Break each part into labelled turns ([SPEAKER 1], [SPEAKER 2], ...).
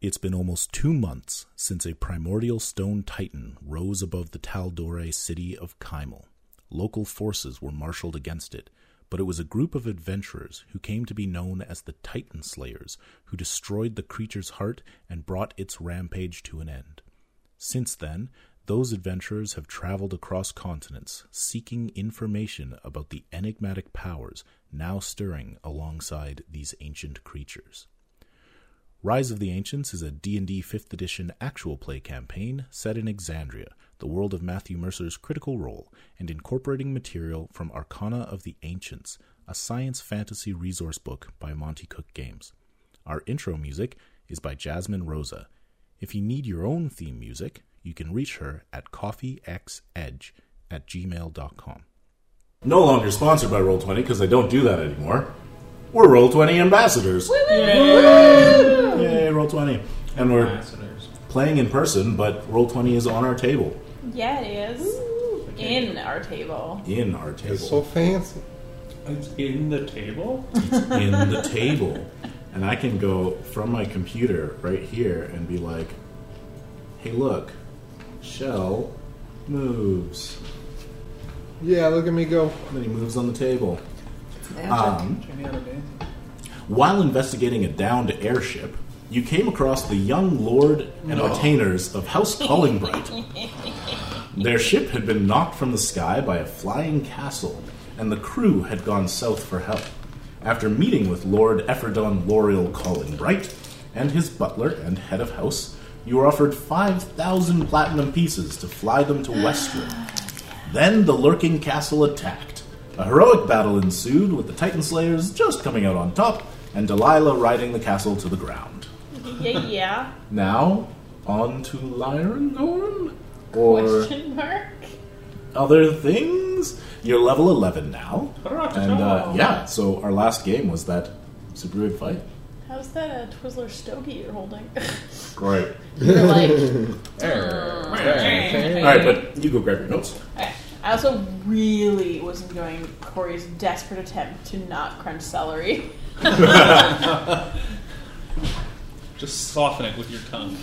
[SPEAKER 1] It's been almost two months since a primordial stone titan rose above the Taldore city of Kymel. Local forces were marshaled against it, but it was a group of adventurers who came to be known as the Titan Slayers who destroyed the creature's heart and brought its rampage to an end. Since then, those adventurers have traveled across continents seeking information about the enigmatic powers now stirring alongside these ancient creatures. Rise of the Ancients is a D&D 5th edition actual play campaign set in Exandria, the world of Matthew Mercer's Critical Role, and incorporating material from Arcana of the Ancients, a science fantasy resource book by Monty Cook Games. Our intro music is by Jasmine Rosa. If you need your own theme music, you can reach her at coffeexedge at gmail.com. No longer sponsored by Roll20 because I don't do that anymore. We're Roll20 ambassadors. Yay, Roll20. And we're
[SPEAKER 2] Ambassadors.
[SPEAKER 1] playing in person, but Roll20 is on our table.
[SPEAKER 3] Yeah, it is. In our table.
[SPEAKER 1] In our table.
[SPEAKER 4] It's so fancy.
[SPEAKER 2] It's in the table?
[SPEAKER 1] in the table. And I can go from my computer right here and be like, hey, look, Shell moves.
[SPEAKER 4] Yeah, look at me go.
[SPEAKER 1] And then he moves on the table. Um, while investigating a downed airship, you came across the young lord and retainers of House Collingbright. Their ship had been knocked from the sky by a flying castle, and the crew had gone south for help. After meeting with Lord Ephrodon L'Oreal Collingbright and his butler and head of house, you were offered 5,000 platinum pieces to fly them to Westwood. Then the lurking castle attacked. A heroic battle ensued, with the Titan Slayers just coming out on top and Delilah riding the castle to the ground.
[SPEAKER 3] Yeah, yeah.
[SPEAKER 1] Now, on to Lyrengorn? Or
[SPEAKER 3] Question mark.
[SPEAKER 1] other things? You're level 11 now. And uh, yeah, so our last game was that super weird fight.
[SPEAKER 3] How's that a Twizzler stogie you're holding?
[SPEAKER 1] Great.
[SPEAKER 3] you're like. "Mm,
[SPEAKER 1] Alright, but you go grab your notes.
[SPEAKER 3] Okay. I also really was enjoying Corey's desperate attempt to not crunch celery.
[SPEAKER 2] Just soften it with your tongue.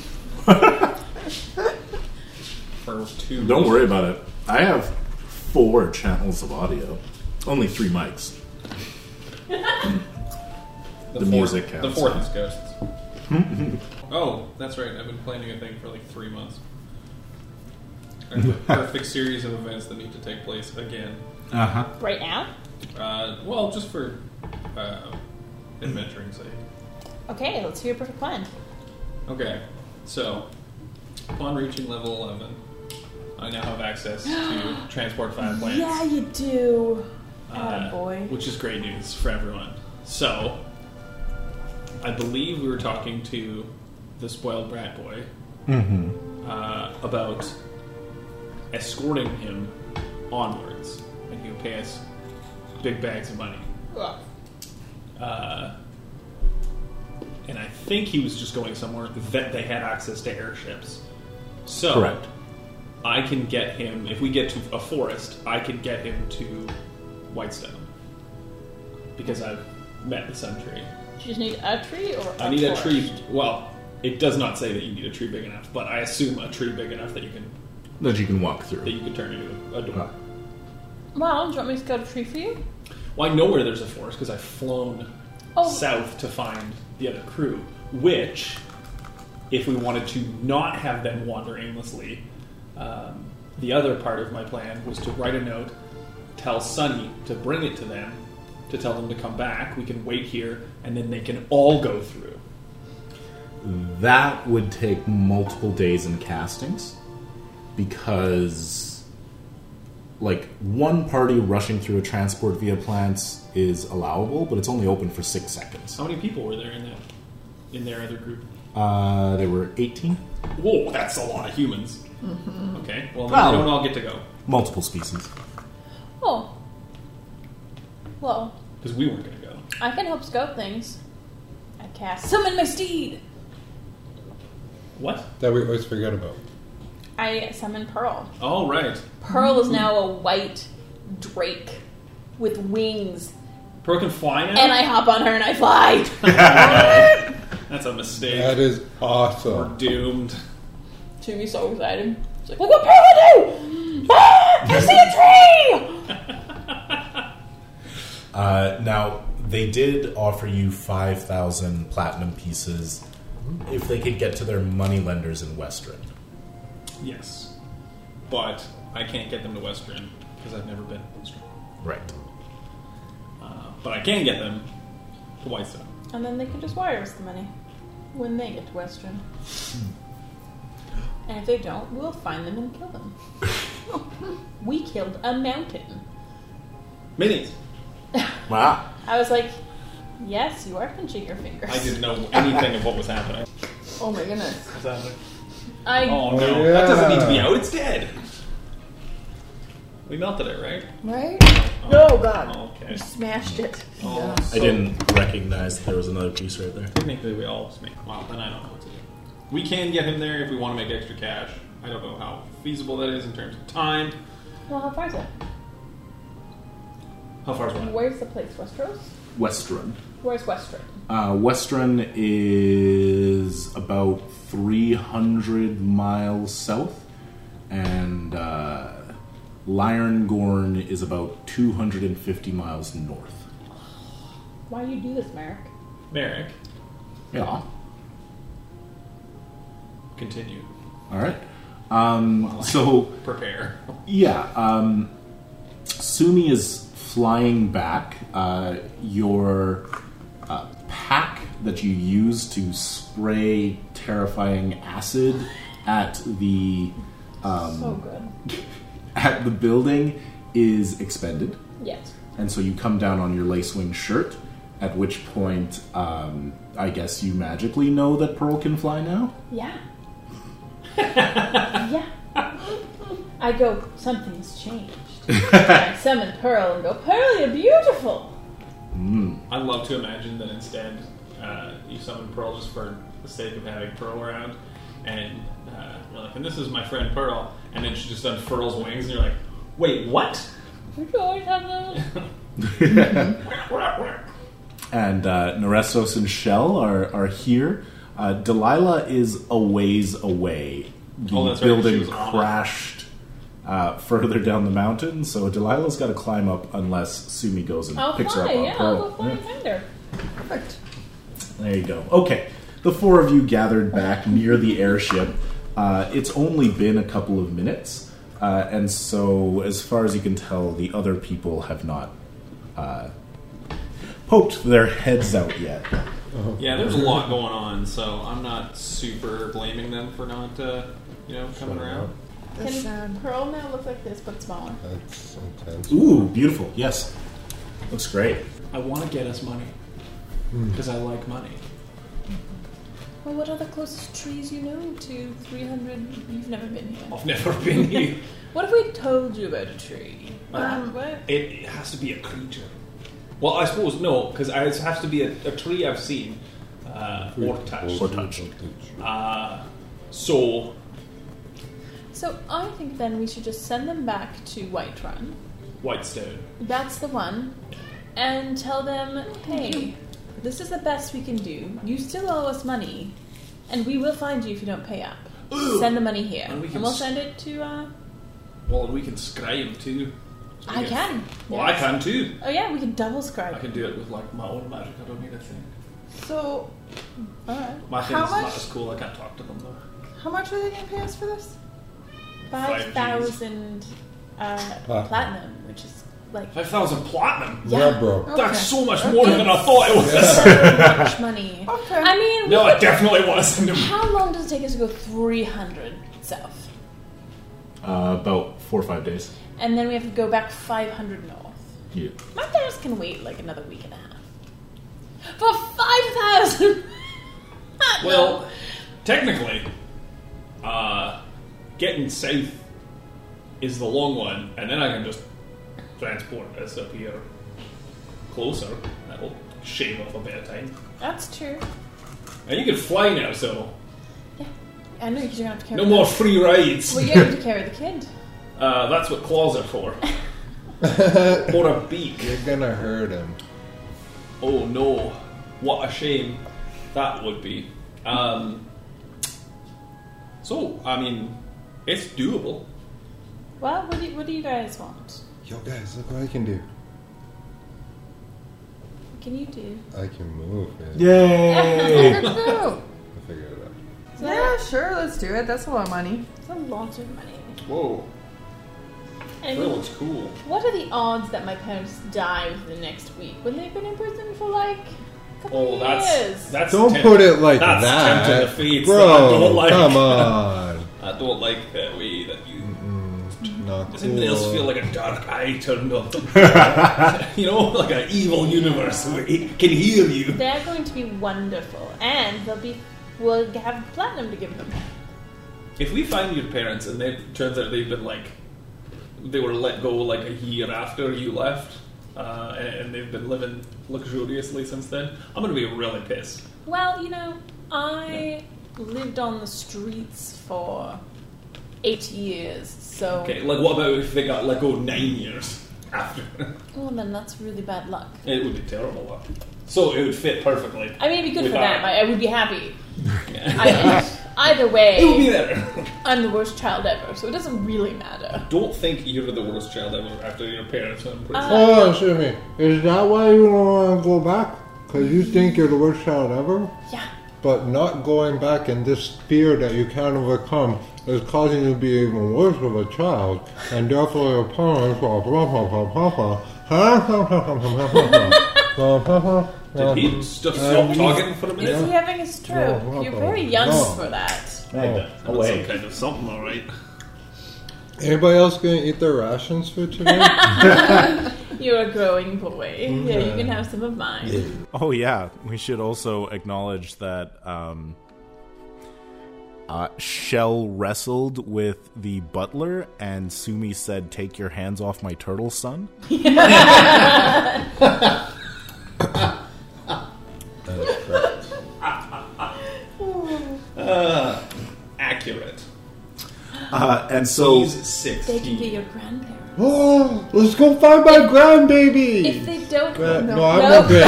[SPEAKER 2] For two.
[SPEAKER 1] Don't worry about it. I have four channels of audio, only three mics.
[SPEAKER 2] The,
[SPEAKER 1] music
[SPEAKER 2] fourth,
[SPEAKER 1] counts.
[SPEAKER 2] The fourth is ghosts. oh, that's right. I've been planning a thing for like three months. I have a perfect series of events that need to take place again.
[SPEAKER 1] Uh huh.
[SPEAKER 3] Right now?
[SPEAKER 2] Uh, well, just for uh, adventuring sake.
[SPEAKER 3] Okay, let's hear your perfect plan.
[SPEAKER 2] Okay, so upon reaching level 11, I now have access to transport five plants.
[SPEAKER 3] Yeah, you do.
[SPEAKER 2] uh,
[SPEAKER 3] boy.
[SPEAKER 2] Which is great news for everyone. So, I believe we were talking to the spoiled brat boy uh, about escorting him onwards, and he would pay us big bags of money. Uh, and I think he was just going somewhere that they had access to airships. So,
[SPEAKER 1] Correct.
[SPEAKER 2] I can get him if we get to a forest. I can get him to Whitestone because I've met the Sun Tree.
[SPEAKER 3] Do you just need a tree or
[SPEAKER 2] I need a tree. Well, it does not say that you need a tree big enough, but I assume a tree big enough that you can
[SPEAKER 1] That you can walk
[SPEAKER 2] that
[SPEAKER 1] through.
[SPEAKER 2] you can turn into a, a door.
[SPEAKER 1] Uh,
[SPEAKER 3] Well, do you want me to cut a tree for you?
[SPEAKER 2] Well, I know where there's a forest because I've flown
[SPEAKER 3] Oh.
[SPEAKER 2] south to find the other crew. Which, if we wanted to not have them wander aimlessly, um, the other part of my plan was to write a note, tell Sunny to bring it to them, to tell them to come back. We can wait here, and then they can all go through.
[SPEAKER 1] That would take multiple days in castings because, like, one party rushing through a transport via plants is allowable, but it's only open for six seconds.
[SPEAKER 2] How many people were there in that in their other group?
[SPEAKER 1] Uh, there were 18?
[SPEAKER 2] Whoa, that's a lot of humans. Okay, well, then
[SPEAKER 1] Wow.
[SPEAKER 2] we don't all get to go
[SPEAKER 1] Multiple species.
[SPEAKER 3] Oh. Well,
[SPEAKER 2] because we weren't going to go.
[SPEAKER 3] I can help scout things. I cast Summon My Steed!
[SPEAKER 2] What?
[SPEAKER 4] That we always forget about.
[SPEAKER 3] I summon Pearl.
[SPEAKER 2] All right.
[SPEAKER 3] Pearl is now a white drake with wings
[SPEAKER 2] Pearl can fly now.
[SPEAKER 3] and I hop on her and I fly.
[SPEAKER 2] That's a mistake.
[SPEAKER 4] That is
[SPEAKER 2] We're
[SPEAKER 4] awesome.
[SPEAKER 2] doomed.
[SPEAKER 3] Jimmy's so excited. He's like, look what Pearl do! Ah, I see a tree!
[SPEAKER 1] Uh, now, they did offer you 5,000 platinum pieces if they could get to their money lenders in Western.
[SPEAKER 2] Yes. But I can't get them to West Rim because I've never been to West Rim.
[SPEAKER 1] Right.
[SPEAKER 2] Uh, but I can get them to Whitestone.
[SPEAKER 3] And then they can just wire us the money when they get to Western. And if they don't, we'll find them and kill them. we killed a mountain.
[SPEAKER 2] Minis.
[SPEAKER 1] Wow.
[SPEAKER 3] I was like, yes, you are pinching your fingers.
[SPEAKER 2] I didn't know anything of what was happening.
[SPEAKER 3] Oh my goodness.
[SPEAKER 2] Was that like-
[SPEAKER 3] I
[SPEAKER 2] Oh no,
[SPEAKER 4] Oh,
[SPEAKER 2] that doesn't need to be
[SPEAKER 4] yeah.
[SPEAKER 2] out. It's dead. We melted it, right?
[SPEAKER 3] right?
[SPEAKER 2] Oh,
[SPEAKER 3] No, God.
[SPEAKER 2] Okay.
[SPEAKER 3] You smashed it.
[SPEAKER 2] Oh,
[SPEAKER 1] I didn't recognize there was another piece right there.
[SPEAKER 2] Technically, we all just make. Wow, then I don't know what to do. We can get him there if we want to make extra cash. I don't know how feasible that is in terms of time.
[SPEAKER 3] Well, how far is it?
[SPEAKER 2] How far is one?
[SPEAKER 3] Where's the place? Westeros?
[SPEAKER 1] Western.
[SPEAKER 3] Where's Western?
[SPEAKER 1] Uh, Western is about 300 miles south, and uh, Lyrengorn is about 250 miles north.
[SPEAKER 3] Why do you do this, Merrick?
[SPEAKER 2] Merrick,
[SPEAKER 1] Yeah. All
[SPEAKER 2] continue.
[SPEAKER 1] right. Um, so,
[SPEAKER 2] Prepare.
[SPEAKER 1] yeah, um, Sumi is flying back. Uh, your uh, pack that you use to spray terrifying acid at the
[SPEAKER 2] Um,
[SPEAKER 3] so good.
[SPEAKER 1] at the building is expended,
[SPEAKER 3] Yes.
[SPEAKER 1] and so you come down on your lacewing shirt. At which point, um, I guess you magically know that Pearl can fly now.
[SPEAKER 3] Yeah. yeah. I go, something's changed. I summon Pearl and go, Pearl, you're beautiful.
[SPEAKER 2] I'd love to imagine that instead uh, you summon Pearl just for the sake of having Pearl around, and uh, you're like, and this is my friend Pearl, and then she just unfurls wings, and you're like, wait, what?
[SPEAKER 3] We should always have those.
[SPEAKER 1] and uh, Narestos and Shell are, are here. Uh, Delilah is a ways away. The
[SPEAKER 2] Oh, that's right, she
[SPEAKER 1] building
[SPEAKER 2] was on it.
[SPEAKER 1] crashed uh, further down the mountain, so Delilah's got to climb up unless Sumi goes and
[SPEAKER 3] I'll
[SPEAKER 1] picks
[SPEAKER 3] Oh, fly,
[SPEAKER 1] her up on
[SPEAKER 3] yeah, I'll
[SPEAKER 1] Pearl.
[SPEAKER 3] go fly and
[SPEAKER 1] Yeah.
[SPEAKER 3] find her. Perfect.
[SPEAKER 1] There you go. Okay, the four of you gathered back near the airship. Uh, it's only been a couple of minutes, uh, and so as far as you can tell, the other people have not uh, poked their heads out yet.
[SPEAKER 2] Yeah, there's a lot going on, so I'm not super blaming them for not, uh, you know, coming around.
[SPEAKER 3] Can Pearl now look like this, but smaller?
[SPEAKER 4] That's intense.
[SPEAKER 1] Ooh, beautiful. Yes, looks great.
[SPEAKER 2] I want to get us money because I like money.
[SPEAKER 3] Well, what are the closest trees you know to 300? You've never been here.
[SPEAKER 2] I've never been here.
[SPEAKER 3] What if we told you about a tree?
[SPEAKER 2] Uh,
[SPEAKER 3] Um, what?
[SPEAKER 2] It, it has to be a creature. Well, I suppose no, because it has to be a, a tree I've seen uh, or touched.
[SPEAKER 1] Or touched.
[SPEAKER 2] Uh, so
[SPEAKER 3] So I think then we should just send them back to Whiterun.
[SPEAKER 2] Whitestone.
[SPEAKER 3] That's the one. And tell them, hey, this is the best we can do. You still owe us money, and we will find you if you don't pay up. Send the money here,
[SPEAKER 2] And
[SPEAKER 3] and,
[SPEAKER 2] we
[SPEAKER 3] we
[SPEAKER 2] can
[SPEAKER 3] will
[SPEAKER 2] s-
[SPEAKER 3] send it to. Uh,
[SPEAKER 2] Well, we can scribe too. So we
[SPEAKER 3] I can.
[SPEAKER 2] Well,
[SPEAKER 3] yes.
[SPEAKER 2] I can too.
[SPEAKER 3] Oh yeah, we can double scribe.
[SPEAKER 2] I can do it with like my own magic. I don't need a thing.
[SPEAKER 5] So,
[SPEAKER 3] All right,
[SPEAKER 2] My thing's
[SPEAKER 5] How
[SPEAKER 2] is not
[SPEAKER 5] much-
[SPEAKER 2] as cool. I can't talk to them though.
[SPEAKER 5] how much are they going to pay us for this?
[SPEAKER 2] Five
[SPEAKER 3] five
[SPEAKER 2] Gs.
[SPEAKER 3] thousand uh,
[SPEAKER 4] Platinum.
[SPEAKER 3] platinum, which is like
[SPEAKER 2] Five thousand platinum.
[SPEAKER 3] Yeah.
[SPEAKER 4] Yeah, bro.
[SPEAKER 2] That's
[SPEAKER 5] Okay.
[SPEAKER 2] so much more than I thought it was.
[SPEAKER 3] so much money.
[SPEAKER 5] Okay.
[SPEAKER 3] I mean, we
[SPEAKER 2] No,
[SPEAKER 3] could-
[SPEAKER 2] it definitely wasn't.
[SPEAKER 3] How long does it take us to go 300 south?
[SPEAKER 1] Uh, about four or five days.
[SPEAKER 3] And then we have to go back 500 north.
[SPEAKER 1] Yeah.
[SPEAKER 3] My parents can wait like another week and a half. For 5,000! Ah, no.
[SPEAKER 2] Well, technically, uh, getting safe is the long one, and then I can just transport us up here closer. That will shave off a bit of time.
[SPEAKER 3] That's true.
[SPEAKER 2] And you can fly now, so
[SPEAKER 3] Yeah. I know because you're going to have to carry
[SPEAKER 2] no
[SPEAKER 3] the-
[SPEAKER 2] more free rides.
[SPEAKER 3] Well, you're going to carry the kid.
[SPEAKER 2] Uh, that's what claws are for. or a beak.
[SPEAKER 4] You're gonna hurt him.
[SPEAKER 2] Oh no, what a shame. thought would be. Um, so, I mean, it's doable.
[SPEAKER 3] Well, what do, you, what do you guys want?
[SPEAKER 4] Yo, guys, look what I can do.
[SPEAKER 3] What can you do?
[SPEAKER 4] I can move, man.
[SPEAKER 3] Yay!
[SPEAKER 4] I figured it out.
[SPEAKER 3] It's not-
[SPEAKER 6] Yeah, sure, let's do it. That's a lot of money.
[SPEAKER 3] it's a lot of money.
[SPEAKER 2] Whoa,
[SPEAKER 3] I
[SPEAKER 2] that
[SPEAKER 3] mean,
[SPEAKER 2] looks cool.
[SPEAKER 3] what are the odds that my parents die within the next week when they've been in prison for like a couple
[SPEAKER 2] Oh,
[SPEAKER 3] of
[SPEAKER 2] that's
[SPEAKER 3] years?
[SPEAKER 2] that's
[SPEAKER 4] Don't
[SPEAKER 2] temp-
[SPEAKER 4] put it like
[SPEAKER 2] that's
[SPEAKER 4] that.
[SPEAKER 2] tempting to feed, so
[SPEAKER 4] Bro,
[SPEAKER 2] I don't like-
[SPEAKER 4] come on.
[SPEAKER 2] I don't like that way that you.
[SPEAKER 4] Not
[SPEAKER 2] Does
[SPEAKER 4] cool.
[SPEAKER 2] anybody else feel like a dark eye turned up? you know, like an evil universe where it can hear you.
[SPEAKER 3] They're going to be wonderful, and they'll be we'll have platinum to give them.
[SPEAKER 2] If we find your parents and then it turns out they've been like, they were let go like a year after you left, uh, and, and they've been living luxuriously since then, I'm gonna be really pissed.
[SPEAKER 3] Well, you know, I lived on the streets for eight years, so
[SPEAKER 2] Okay, like what about if they got let go nine years after?
[SPEAKER 3] well oh, then that's really bad luck.
[SPEAKER 2] it would be terrible. luck. So it would fit perfectly.
[SPEAKER 3] I mean, it'd be good for
[SPEAKER 2] Without-
[SPEAKER 3] them. I, I would be happy. I, either way,
[SPEAKER 2] It would be there.
[SPEAKER 3] I'm the worst child ever, so it doesn't really matter.
[SPEAKER 2] don't think you're the worst child ever after your parents went in prison.
[SPEAKER 3] Uh,
[SPEAKER 4] Oh, excuse me. Is that why you don't want to go back? Because you think you're the worst child ever?
[SPEAKER 3] Yeah.
[SPEAKER 4] But not going back and this fear that you can't overcome is causing you to be even worse of a child, and therefore your parents are blah blah blah blah blah. Huh? Huh, huh, huh, huh, huh, huh, huh, huh, huh,
[SPEAKER 3] Uh,
[SPEAKER 4] huh.
[SPEAKER 2] Did he just stop talking for a
[SPEAKER 3] Is
[SPEAKER 2] minute?
[SPEAKER 3] he having a stroke?
[SPEAKER 4] No, no,
[SPEAKER 3] You're very young
[SPEAKER 4] no.
[SPEAKER 3] for that.
[SPEAKER 2] That was Some kind of something, all right.
[SPEAKER 4] Anybody else gonna eat their rations for today?
[SPEAKER 3] You're a growing boy. Yeah, you can have some of mine.
[SPEAKER 1] Oh yeah, we should also acknowledge that um, uh, Shell wrestled with the butler, and Sumi said, "Take your hands off my turtle, son."
[SPEAKER 2] Accurate.
[SPEAKER 1] Uh, and so,
[SPEAKER 2] He's
[SPEAKER 3] They can be
[SPEAKER 2] 16.
[SPEAKER 3] your grandparents.
[SPEAKER 4] oh, let's go find my
[SPEAKER 3] If
[SPEAKER 4] grandbaby.
[SPEAKER 3] they don't,
[SPEAKER 4] Uh,
[SPEAKER 3] no,
[SPEAKER 4] no, I'm
[SPEAKER 3] no.
[SPEAKER 4] not good.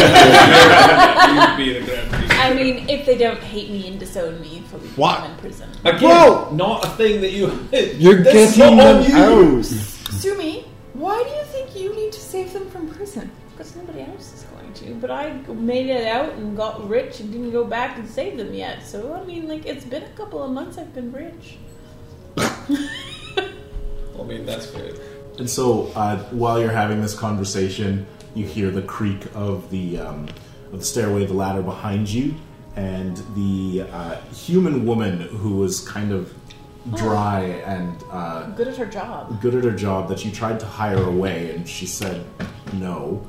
[SPEAKER 2] You'd be the grandparent.
[SPEAKER 3] I mean, if they don't hate me and disown me for leaving
[SPEAKER 4] What?
[SPEAKER 3] them in prison.
[SPEAKER 2] Again,
[SPEAKER 4] Whoa!
[SPEAKER 2] not a thing that you.
[SPEAKER 4] You're
[SPEAKER 2] This is
[SPEAKER 4] getting
[SPEAKER 2] not on
[SPEAKER 4] them out.
[SPEAKER 6] Sumi, why do you think you need to save them from prison?
[SPEAKER 3] Because nobody else is going to. But I made it out and got rich and didn't go back and save them yet. So, I mean, like, it's been a couple of months I've been rich.
[SPEAKER 2] I mean, that's fair.
[SPEAKER 1] and so, uh, while you're having this conversation, you hear the creak of the um, of the stairway, the ladder behind you, and the uh, human woman who was kind of dry and. Uh,
[SPEAKER 3] Good at her job.
[SPEAKER 1] good at her job that you tried to hire away, and she said no.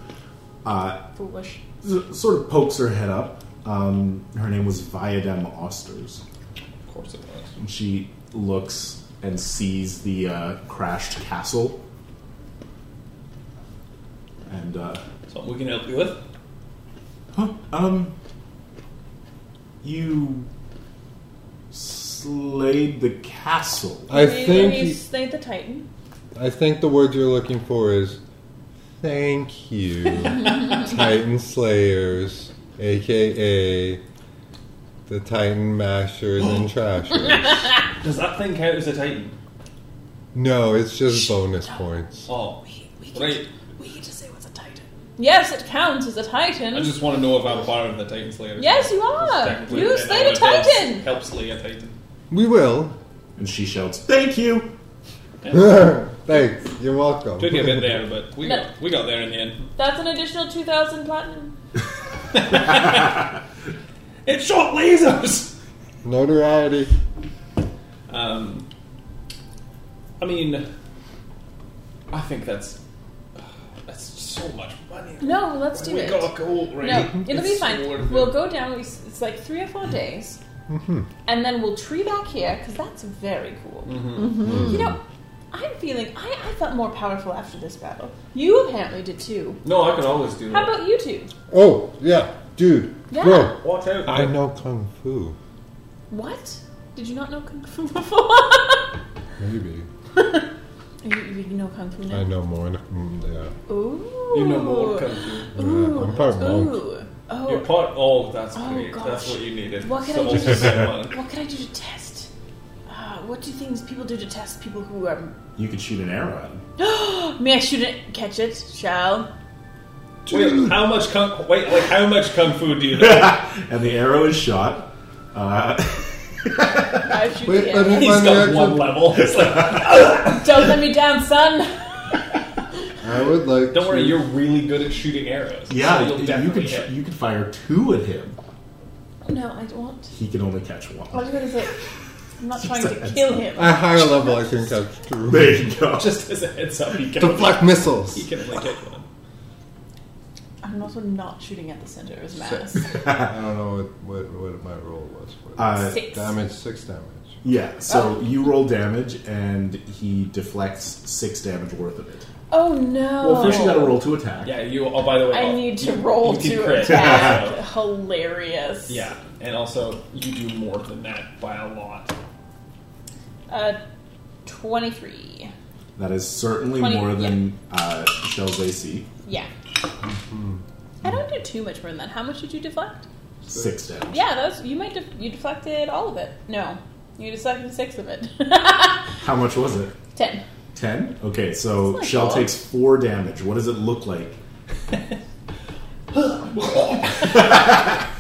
[SPEAKER 3] Foolish.
[SPEAKER 1] S- sort of pokes her head up. Um, her name was Viadem Osters.
[SPEAKER 2] Of course it was.
[SPEAKER 1] And she looks and sees the uh, crashed castle. And, uh,
[SPEAKER 2] Something we can help you with.
[SPEAKER 1] huh, um, you slayed the castle.
[SPEAKER 4] I
[SPEAKER 3] We-
[SPEAKER 4] think
[SPEAKER 3] we
[SPEAKER 4] he-
[SPEAKER 3] slayed the Titan.
[SPEAKER 4] I think the word you're looking for is thank you, Titan Slayers, aka the Titan Mashers and Trashers.
[SPEAKER 2] Does that thing count as a titan?
[SPEAKER 4] No, it's just bonus points.
[SPEAKER 2] Oh,
[SPEAKER 3] We
[SPEAKER 2] right.
[SPEAKER 3] We get to say what's a Titan. Yes, it counts as a Titan.
[SPEAKER 2] I just want to know if I'm part of the Titan Slayer.
[SPEAKER 3] Yes, you
[SPEAKER 2] Because
[SPEAKER 3] are.
[SPEAKER 2] technically,
[SPEAKER 3] You
[SPEAKER 2] and
[SPEAKER 3] slayed
[SPEAKER 2] I
[SPEAKER 3] a
[SPEAKER 2] would help-
[SPEAKER 3] Titan.
[SPEAKER 2] Help slay a Titan.
[SPEAKER 4] We will.
[SPEAKER 1] And she shouts, Thank you!
[SPEAKER 4] Thanks. You're welcome.
[SPEAKER 2] Took you a bit there, but we
[SPEAKER 3] No.
[SPEAKER 2] got we got there in the end.
[SPEAKER 3] That's an additional 2,000 platinum.
[SPEAKER 2] It shot lasers.
[SPEAKER 4] Notoriety.
[SPEAKER 2] Um, I mean, I think that's that's so much money.
[SPEAKER 3] No, let's do
[SPEAKER 2] we
[SPEAKER 3] it.
[SPEAKER 2] gotta go right.
[SPEAKER 3] No, it'll be
[SPEAKER 2] It's
[SPEAKER 3] fine.
[SPEAKER 2] so worth it.
[SPEAKER 3] We'll go down. we s- It's like three or four days,
[SPEAKER 4] Mm-hmm.
[SPEAKER 3] and then we'll tree back here because that's very cool.
[SPEAKER 2] Mm-hmm.
[SPEAKER 4] Mm-hmm.
[SPEAKER 3] You know, I'm feeling I, I felt more powerful after this battle. You apparently did too.
[SPEAKER 2] No, I could always do
[SPEAKER 3] How
[SPEAKER 2] that.
[SPEAKER 3] about you two?
[SPEAKER 4] Oh, yeah. Dude.
[SPEAKER 3] Yeah.
[SPEAKER 4] Bro,
[SPEAKER 2] Watch out!
[SPEAKER 4] I know Kung Fu.
[SPEAKER 3] What? Did you not know kung fu before?
[SPEAKER 4] Maybe.
[SPEAKER 3] you, you know kung fu
[SPEAKER 4] I
[SPEAKER 3] now.
[SPEAKER 4] know more. mm, Yeah.
[SPEAKER 3] Ooh.
[SPEAKER 2] You know more kung fu.
[SPEAKER 4] Yeah, I'm part monk.
[SPEAKER 3] Ooh. Oh,
[SPEAKER 2] Your pot. Oh, that's
[SPEAKER 3] Oh,
[SPEAKER 2] great. That's
[SPEAKER 3] gosh.
[SPEAKER 2] what you needed.
[SPEAKER 3] What can I
[SPEAKER 2] Someone
[SPEAKER 3] do
[SPEAKER 2] to
[SPEAKER 3] to-
[SPEAKER 2] say one.
[SPEAKER 3] What can I do to test? Uh, what do things people do to test people who are?
[SPEAKER 1] You could shoot an arrow at him.
[SPEAKER 3] May I shoot it? Catch it? Shall?
[SPEAKER 2] Wait, how much kung? Wait, like how much kung fu do you know?
[SPEAKER 1] and the arrow is shot. Uh,
[SPEAKER 3] I shoot
[SPEAKER 4] Wait,
[SPEAKER 3] it.
[SPEAKER 4] let me
[SPEAKER 2] He's
[SPEAKER 4] find
[SPEAKER 2] got one
[SPEAKER 4] the
[SPEAKER 2] level. It's like,
[SPEAKER 3] Don't let me down, son.
[SPEAKER 4] exit. I would like.
[SPEAKER 2] don't worry,
[SPEAKER 4] to-
[SPEAKER 2] you're really good at shooting arrows.
[SPEAKER 1] yeah,
[SPEAKER 2] so you'll
[SPEAKER 1] you
[SPEAKER 2] definitely
[SPEAKER 1] could
[SPEAKER 2] hit.
[SPEAKER 1] you could fire two at him.
[SPEAKER 3] No, I don't want.
[SPEAKER 1] He can only catch one.
[SPEAKER 3] What was I going to say? I'm not trying to kill him.
[SPEAKER 4] At higher level, I can catch two.
[SPEAKER 1] There you go.
[SPEAKER 2] Just as a heads up, you can
[SPEAKER 4] The
[SPEAKER 2] only-
[SPEAKER 4] black
[SPEAKER 2] You
[SPEAKER 4] missiles.
[SPEAKER 2] can only hit one.
[SPEAKER 3] I'm also not shooting at the center of his mass.
[SPEAKER 4] I don't know what, what, what my roll was. But
[SPEAKER 1] Uh,
[SPEAKER 3] Six.
[SPEAKER 4] damage, six damage.
[SPEAKER 1] yeah. So you roll damage, and he deflects six damage worth of it.
[SPEAKER 3] Oh no!
[SPEAKER 1] Well, first you got to roll to attack.
[SPEAKER 2] Yeah, you. Oh, by the way,
[SPEAKER 3] I
[SPEAKER 2] oh,
[SPEAKER 3] need to
[SPEAKER 2] you-
[SPEAKER 3] roll
[SPEAKER 2] you can
[SPEAKER 3] to
[SPEAKER 2] crit.
[SPEAKER 3] attack. Hilarious.
[SPEAKER 2] Yeah, and also you do more than that by a lot.
[SPEAKER 3] Uh, twenty-three.
[SPEAKER 1] That is certainly
[SPEAKER 3] Twenty-
[SPEAKER 1] more than uh, Shell's AC.
[SPEAKER 3] Yeah.
[SPEAKER 4] Mm-hmm.
[SPEAKER 3] I don't do too much more than that. How much did you deflect?
[SPEAKER 1] Six damage.
[SPEAKER 3] Yeah, that's you might def- you deflected all of it. No, you deflected six of it.
[SPEAKER 1] How much was it?
[SPEAKER 3] Ten.
[SPEAKER 1] Ten. Okay, so
[SPEAKER 3] That's not
[SPEAKER 1] Shell
[SPEAKER 3] bad.
[SPEAKER 1] takes four damage. What does it look like? I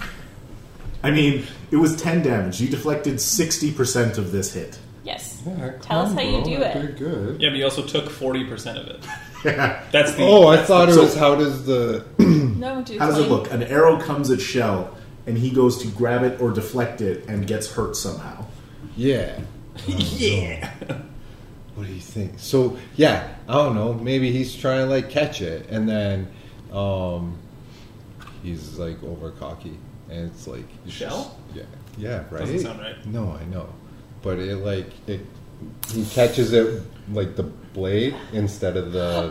[SPEAKER 1] mean, it was ten damage. You deflected sixty percent of this hit.
[SPEAKER 3] Yes.
[SPEAKER 4] Yeah,
[SPEAKER 3] Tell us how you
[SPEAKER 4] combo,
[SPEAKER 3] do
[SPEAKER 4] I
[SPEAKER 3] it.
[SPEAKER 4] Did good.
[SPEAKER 2] Yeah, but you also took forty percent of it. That's the.
[SPEAKER 4] Oh, I thought it
[SPEAKER 1] So-
[SPEAKER 4] was how does the
[SPEAKER 3] No, do
[SPEAKER 1] Hmm. How does it
[SPEAKER 3] explain.
[SPEAKER 1] look? An arrow comes at Shell, and he goes to grab it or deflect it and gets hurt somehow.
[SPEAKER 4] yeah.
[SPEAKER 1] Yeah.
[SPEAKER 4] What do you think? So yeah, I don't know. Maybe he's trying to like catch it, and then um, he's like over cocky, and it's like it's
[SPEAKER 2] Shell?
[SPEAKER 4] just- Yeah, yeah, right.
[SPEAKER 2] Doesn't sound right.
[SPEAKER 4] No, I know, but it like it he catches it like the blade instead of the.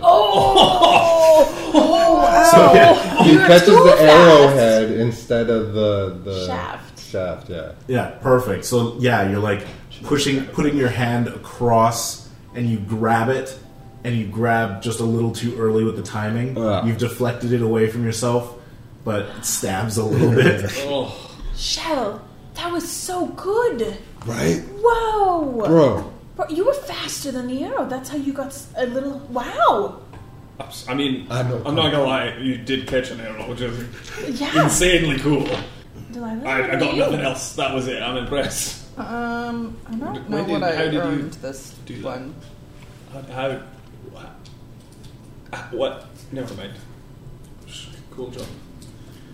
[SPEAKER 3] Oh! oh wow!
[SPEAKER 1] So, yeah.
[SPEAKER 4] he
[SPEAKER 3] You're
[SPEAKER 4] catches
[SPEAKER 3] too
[SPEAKER 4] the
[SPEAKER 3] fast.
[SPEAKER 4] arrowhead instead of the the
[SPEAKER 3] Shaft.
[SPEAKER 4] Shaft, yeah.
[SPEAKER 1] Yeah, perfect. So yeah, you're like pushing, putting your hand across, and you grab it, and you grab just a little too early with the timing.
[SPEAKER 4] Ah.
[SPEAKER 1] You've deflected it away from yourself, but it stabs a little bit.
[SPEAKER 2] Oh,
[SPEAKER 3] Shell, that was so good.
[SPEAKER 4] Right,
[SPEAKER 3] Whoa!
[SPEAKER 4] bro.
[SPEAKER 3] Bro, you were faster than the arrow. That's how you got s- a little. Wow!
[SPEAKER 2] I'm s- I mean,
[SPEAKER 4] I know.
[SPEAKER 2] I'm not gonna lie. You did catch an arrow, which is
[SPEAKER 3] Yeah.
[SPEAKER 2] insanely cool.
[SPEAKER 3] Delilah,
[SPEAKER 2] I, I
[SPEAKER 3] what
[SPEAKER 2] got
[SPEAKER 3] about
[SPEAKER 2] nothing
[SPEAKER 3] you?
[SPEAKER 2] else. That was it. I'm impressed.
[SPEAKER 6] Um, I don't
[SPEAKER 2] When
[SPEAKER 6] know
[SPEAKER 2] did-
[SPEAKER 6] what I
[SPEAKER 2] how did you
[SPEAKER 6] earned this
[SPEAKER 2] do that?
[SPEAKER 6] one.
[SPEAKER 2] How? how wha- what? Never mind. Sh- Cool job.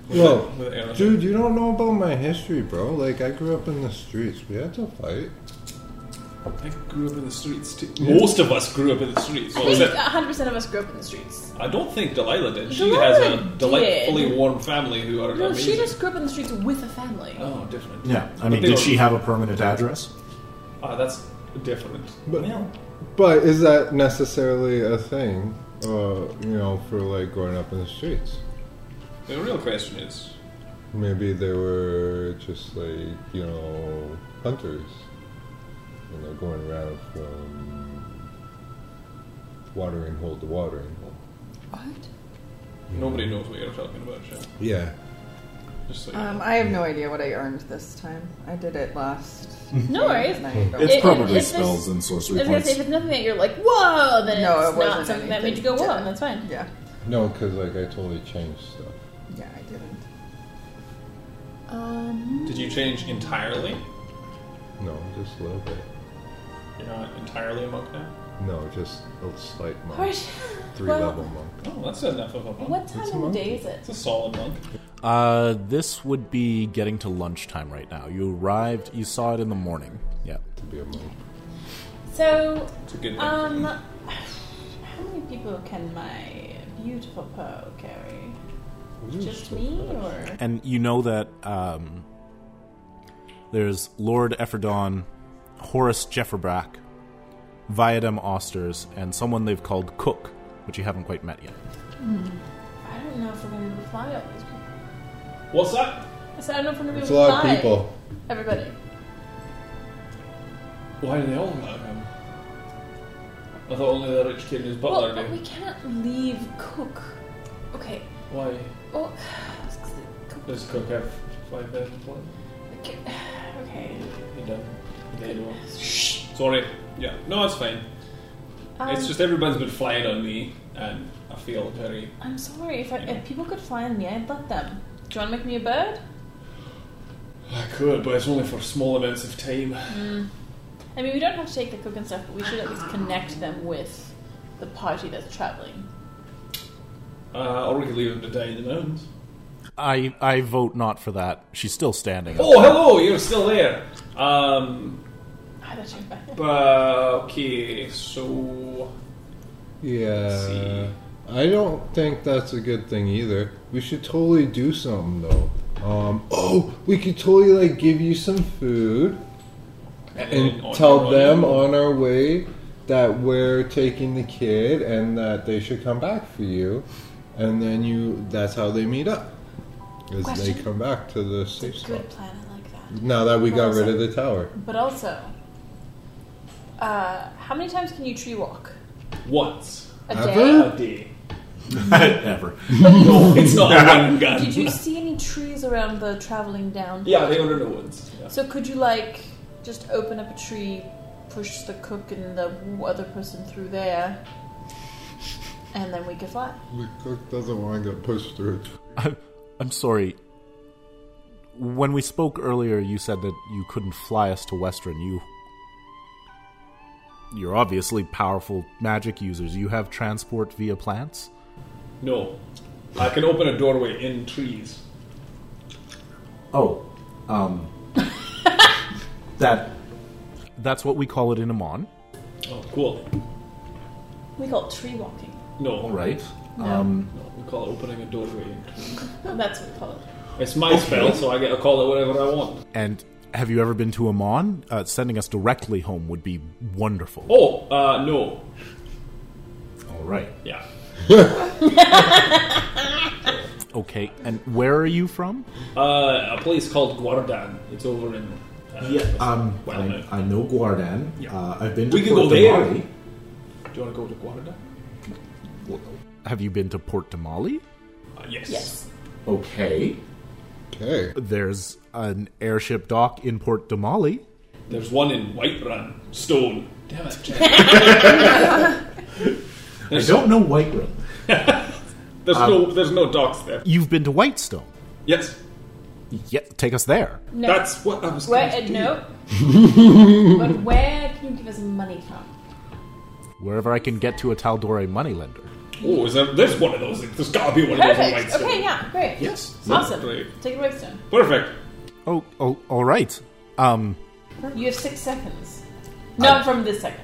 [SPEAKER 2] With
[SPEAKER 4] Whoa.
[SPEAKER 2] the- with the arrow.
[SPEAKER 4] Dude, you don't know about my history, bro. Like, I grew up in the streets. We had to fight.
[SPEAKER 2] I grew up in the streets too. Most of us grew up in the streets. Well,
[SPEAKER 3] I think
[SPEAKER 2] except,
[SPEAKER 3] 100% of us grew up in the streets.
[SPEAKER 2] I don't think Delilah did. She has
[SPEAKER 3] Delilah
[SPEAKER 2] a delightfully
[SPEAKER 3] did.
[SPEAKER 2] warm family who are
[SPEAKER 3] No,
[SPEAKER 2] amazing.
[SPEAKER 3] she just grew up in the streets with a family.
[SPEAKER 2] Oh, different.
[SPEAKER 1] yeah, I
[SPEAKER 2] But
[SPEAKER 1] mean,
[SPEAKER 2] they
[SPEAKER 1] did
[SPEAKER 2] were-
[SPEAKER 1] she have a permanent address?
[SPEAKER 2] Ah, that's different.
[SPEAKER 4] But-
[SPEAKER 2] Well,
[SPEAKER 4] But is that necessarily a thing, uh, you know, for like growing up in the streets?
[SPEAKER 2] the real question is,
[SPEAKER 4] Maybe they were just like, you know, hunters. You know, going around from watering hole to watering hole.
[SPEAKER 6] What?
[SPEAKER 2] nobody knows what you're talking about, Shell.
[SPEAKER 4] Yeah.
[SPEAKER 2] Just like
[SPEAKER 6] Um, I have no idea what I earned this time. I did it last.
[SPEAKER 3] No worries.
[SPEAKER 6] and I don't-
[SPEAKER 1] It's
[SPEAKER 3] It-
[SPEAKER 1] probably
[SPEAKER 3] it's-
[SPEAKER 1] spells and
[SPEAKER 3] I
[SPEAKER 1] sorcery
[SPEAKER 3] was gonna say,
[SPEAKER 1] points.
[SPEAKER 3] if it's nothing that you're like, whoa, then
[SPEAKER 6] No, it
[SPEAKER 3] it's not
[SPEAKER 6] wasn't
[SPEAKER 3] something that made you
[SPEAKER 6] anything.
[SPEAKER 3] go, whoa,
[SPEAKER 6] Yeah.
[SPEAKER 3] and that's fine.
[SPEAKER 6] Yeah,
[SPEAKER 4] No, because like I totally changed stuff.
[SPEAKER 6] yeah, I didn't.
[SPEAKER 3] Um,
[SPEAKER 2] did you change entirely?
[SPEAKER 4] No, just a little bit.
[SPEAKER 2] You're not entirely a monk now.
[SPEAKER 4] No, just a slight monk.
[SPEAKER 3] Harsh.
[SPEAKER 4] Three
[SPEAKER 3] well,
[SPEAKER 4] level monk.
[SPEAKER 2] Oh, that's enough of a monk.
[SPEAKER 3] What time
[SPEAKER 4] It's
[SPEAKER 3] of
[SPEAKER 4] a
[SPEAKER 3] the
[SPEAKER 4] monkey.
[SPEAKER 3] day is it?
[SPEAKER 2] It's a solid monk.
[SPEAKER 7] Uh, this would be getting to lunchtime right now. You arrived, you saw it in the morning. Yeah.
[SPEAKER 4] To be a monk.
[SPEAKER 3] So,
[SPEAKER 2] It's a good monk.
[SPEAKER 3] um, how many people can my beautiful Poe carry? Just me, or?
[SPEAKER 7] And you know that um, there's Lord Epherdon, Horace Jefferbrack, Viadem Osters, and someone they've called Cook, which you haven't quite met yet.
[SPEAKER 3] I don't know if we're gonna be able to fly all these people. Uh,
[SPEAKER 2] What's up?
[SPEAKER 3] I said, I don't know if we're gonna be
[SPEAKER 4] It's a
[SPEAKER 3] able to fly.
[SPEAKER 4] lot of people.
[SPEAKER 3] Everybody.
[SPEAKER 2] Why do they all love him? I thought only the rich kid and his
[SPEAKER 3] Well,
[SPEAKER 2] butler
[SPEAKER 3] but we
[SPEAKER 2] knew.
[SPEAKER 3] can't leave Cook. Okay.
[SPEAKER 2] Why?
[SPEAKER 3] Well, Cook
[SPEAKER 2] Does Cook have five bad one?
[SPEAKER 3] Okay. okay.
[SPEAKER 2] He doesn't. They don't. Sorry. Yeah. No, it's fine.
[SPEAKER 3] Um,
[SPEAKER 2] it's just everyone's been flying on me, and I feel very.
[SPEAKER 3] I'm sorry. If, I, if people could fly on me, I'd let them. Do you want to make me a bird?
[SPEAKER 2] I could, but it's only for small amounts of time.
[SPEAKER 3] I mean, we don't have to take the cook and stuff, but we should at least connect them with the party that's traveling.
[SPEAKER 2] Uh, or we could leave him to die in the mountains.
[SPEAKER 1] I I vote not for that. She's still standing.
[SPEAKER 2] Oh, hello! You're still there. Um,
[SPEAKER 3] I don't know. about-
[SPEAKER 2] but okay, so
[SPEAKER 4] Yeah.
[SPEAKER 2] see.
[SPEAKER 4] I don't think that's a good thing either. We should totally do something though. Um, oh, we could totally like give you some food and
[SPEAKER 2] on
[SPEAKER 4] tell
[SPEAKER 2] your own.
[SPEAKER 4] them on our way that we're taking the kid and that they should come back for you. And then you that's how they meet up. Is they
[SPEAKER 3] Question.
[SPEAKER 4] come back to the safe spot. Mm.
[SPEAKER 3] Good plan. I like that.
[SPEAKER 4] Now that we got
[SPEAKER 3] Awesome.
[SPEAKER 4] rid of the tower.
[SPEAKER 3] But also, uh, how many times can you tree walk
[SPEAKER 2] once
[SPEAKER 3] a
[SPEAKER 4] Ever?
[SPEAKER 3] day?
[SPEAKER 2] a day.
[SPEAKER 8] Ever.
[SPEAKER 2] No, it's not a one gun.
[SPEAKER 3] Did you see any trees around the traveling down?
[SPEAKER 2] Yeah, they ordered the woods. Yeah.
[SPEAKER 3] So could you like just open up a tree, push the cook and the other person through there, and then we could fly?
[SPEAKER 4] The cook doesn't want to get pushed through.
[SPEAKER 1] I'm, I'm sorry. When we spoke earlier, you said that you couldn't fly us to Western. You, you're obviously powerful magic users. You have transport via plants.
[SPEAKER 2] No, I can open a doorway in trees.
[SPEAKER 8] Oh, um, that
[SPEAKER 1] That's what we call it in Amon.
[SPEAKER 2] Oh, cool.
[SPEAKER 3] We call it tree walking.
[SPEAKER 2] No,
[SPEAKER 8] all right.
[SPEAKER 2] no, we call it opening a doorway. in trees.
[SPEAKER 3] That's what we call it.
[SPEAKER 2] It's my spell, so I get to call it whatever I want.
[SPEAKER 1] And have you ever been to Amon? Uh, sending us directly home would be wonderful.
[SPEAKER 2] Oh, uh, no.
[SPEAKER 8] All right.
[SPEAKER 2] Yeah.
[SPEAKER 1] Okay. And where are you from?
[SPEAKER 2] Uh, a place called Guardan. It's over in. Uh,
[SPEAKER 8] Yeah. Um,
[SPEAKER 2] Well,
[SPEAKER 8] I,
[SPEAKER 2] no.
[SPEAKER 8] I know Guardan.
[SPEAKER 2] Yeah.
[SPEAKER 8] Uh, I've been to
[SPEAKER 2] We could
[SPEAKER 8] Port
[SPEAKER 2] go there.
[SPEAKER 8] Damari.
[SPEAKER 2] Do you want to go to Guardan?
[SPEAKER 1] Have you been to Port Damali?
[SPEAKER 2] Uh, yes.
[SPEAKER 3] Yes.
[SPEAKER 8] Okay.
[SPEAKER 4] Okay.
[SPEAKER 1] There's an airship dock in Port Damali.
[SPEAKER 2] There's one in Whiterun. Stone. Damn it. Jack.
[SPEAKER 8] I don't know White Room.
[SPEAKER 2] There's no. There's no docks there.
[SPEAKER 1] You've been to Whitestone.
[SPEAKER 2] Yes.
[SPEAKER 1] Yeah, take us there.
[SPEAKER 3] No.
[SPEAKER 2] That's what I was.
[SPEAKER 3] where
[SPEAKER 2] going
[SPEAKER 3] uh,
[SPEAKER 2] to do.
[SPEAKER 3] no. but where can you give us money from?
[SPEAKER 1] Wherever I can get to a Taldore moneylender.
[SPEAKER 2] Oh, is there? There's one of those. There's gotta be one of those in
[SPEAKER 3] Perfect.
[SPEAKER 2] Whitestone.
[SPEAKER 3] Okay. Yeah. Great.
[SPEAKER 8] Yes.
[SPEAKER 3] Awesome.
[SPEAKER 2] Great.
[SPEAKER 3] Take a Wavestone.
[SPEAKER 2] Perfect.
[SPEAKER 1] Oh, oh, all right. Um,
[SPEAKER 3] You have six seconds. Not from this second.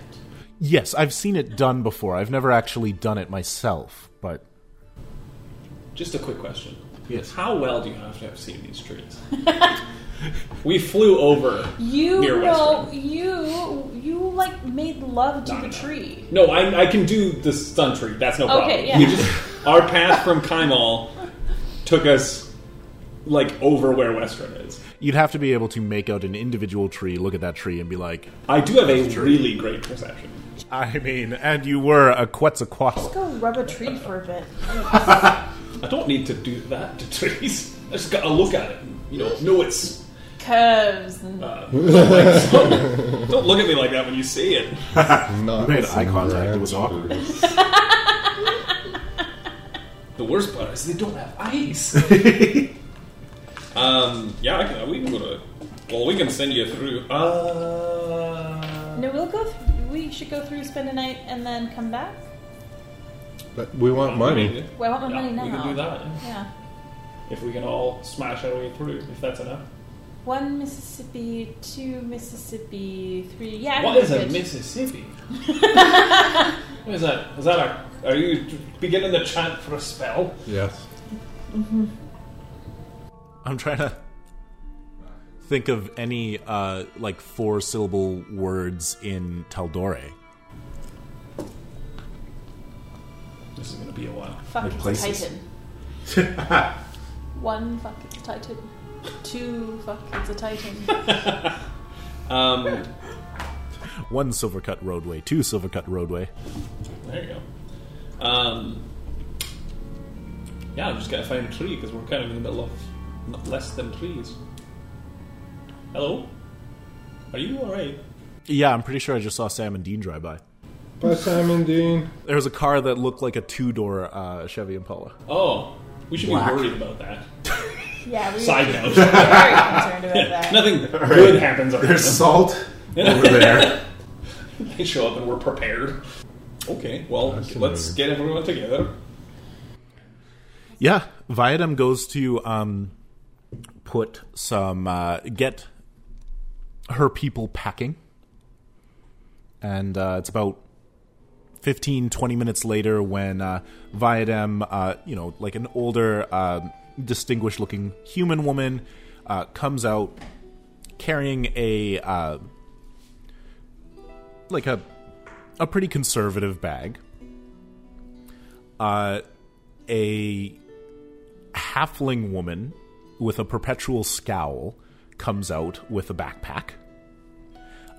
[SPEAKER 1] yes, I've seen it done before. I've never actually done it myself, but
[SPEAKER 2] Just a quick question.
[SPEAKER 8] Yes.
[SPEAKER 2] How well do you have to have seen these trees? we flew over.
[SPEAKER 3] You
[SPEAKER 2] Near
[SPEAKER 3] know, you you like made love to
[SPEAKER 2] No,
[SPEAKER 3] the
[SPEAKER 2] no.
[SPEAKER 3] tree.
[SPEAKER 2] No, I, I can do the stunt tree. That's no problem.
[SPEAKER 3] Okay, yeah.
[SPEAKER 2] We just our path from Kaimal took us like over where Western is.
[SPEAKER 1] you'd have to be able to make out an individual tree, look at that tree, and be like,
[SPEAKER 2] I do have a really great perception.
[SPEAKER 1] I mean, and you were a Quetzalcoatl.
[SPEAKER 3] Go rub a tree for a bit.
[SPEAKER 2] I don't need to do that to trees. I just gotta look at it. And, you know, know it's.
[SPEAKER 3] Curves and
[SPEAKER 2] Don't look at me like that when you see it.
[SPEAKER 4] Not
[SPEAKER 8] Made eye contact. It was awkward.
[SPEAKER 2] The worst part is they don't have eyes. um, yeah, I can, we can go to. Well, we can send you through. Uh,
[SPEAKER 3] No, we'll go. Th- we should go through, spend a night, and then come back.
[SPEAKER 4] But we want money.
[SPEAKER 3] Well, I want my
[SPEAKER 2] Yeah,
[SPEAKER 3] money now.
[SPEAKER 2] we can do that yeah.
[SPEAKER 3] Yeah,
[SPEAKER 2] if we can all smash our way through. If that's enough.
[SPEAKER 3] one Mississippi, two Mississippi, three. Yeah, I
[SPEAKER 2] What
[SPEAKER 3] can
[SPEAKER 2] is
[SPEAKER 3] do
[SPEAKER 2] a
[SPEAKER 3] it.
[SPEAKER 2] Mississippi? what is that? Is that a? Are you beginning the chant for a spell?
[SPEAKER 4] Yes.
[SPEAKER 1] I'm trying to think of any, uh, like, four syllable words in Taldore.
[SPEAKER 2] This is gonna be a while.
[SPEAKER 3] Fuck, it's
[SPEAKER 8] places.
[SPEAKER 3] a titan. one fuck, it's a titan. Two fuck, it's a titan.
[SPEAKER 2] Um,
[SPEAKER 1] One Silvercut Roadway, two Silvercut Roadway.
[SPEAKER 2] there you go. Um, yeah, I'm just going to find a tree because we're kind of in the middle of not less than pleased. Hello? Are you alright?
[SPEAKER 7] Yeah, I'm pretty sure I just saw Sam and Dean drive by.
[SPEAKER 4] By Simon Dean.
[SPEAKER 7] There was a car that looked like a two door uh, Chevy Impala.
[SPEAKER 2] Oh, we should be worried about that.
[SPEAKER 3] Yeah, we
[SPEAKER 2] Side
[SPEAKER 3] were
[SPEAKER 2] note.
[SPEAKER 3] very concerned about that.
[SPEAKER 2] Nothing good happens on
[SPEAKER 1] There's
[SPEAKER 2] them.
[SPEAKER 1] salt over there.
[SPEAKER 2] They show up and we're prepared. Okay, well, let's get everyone together.
[SPEAKER 7] Yeah, Viadem goes to um, put some uh, get her people packing, and uh, it's about 15, 20 minutes later when uh, Viadem, uh, you know, like an older, um distinguished-looking human woman, uh, comes out carrying a uh, like a a pretty conservative bag. Uh, a halfling woman with a perpetual scowl comes out with a backpack.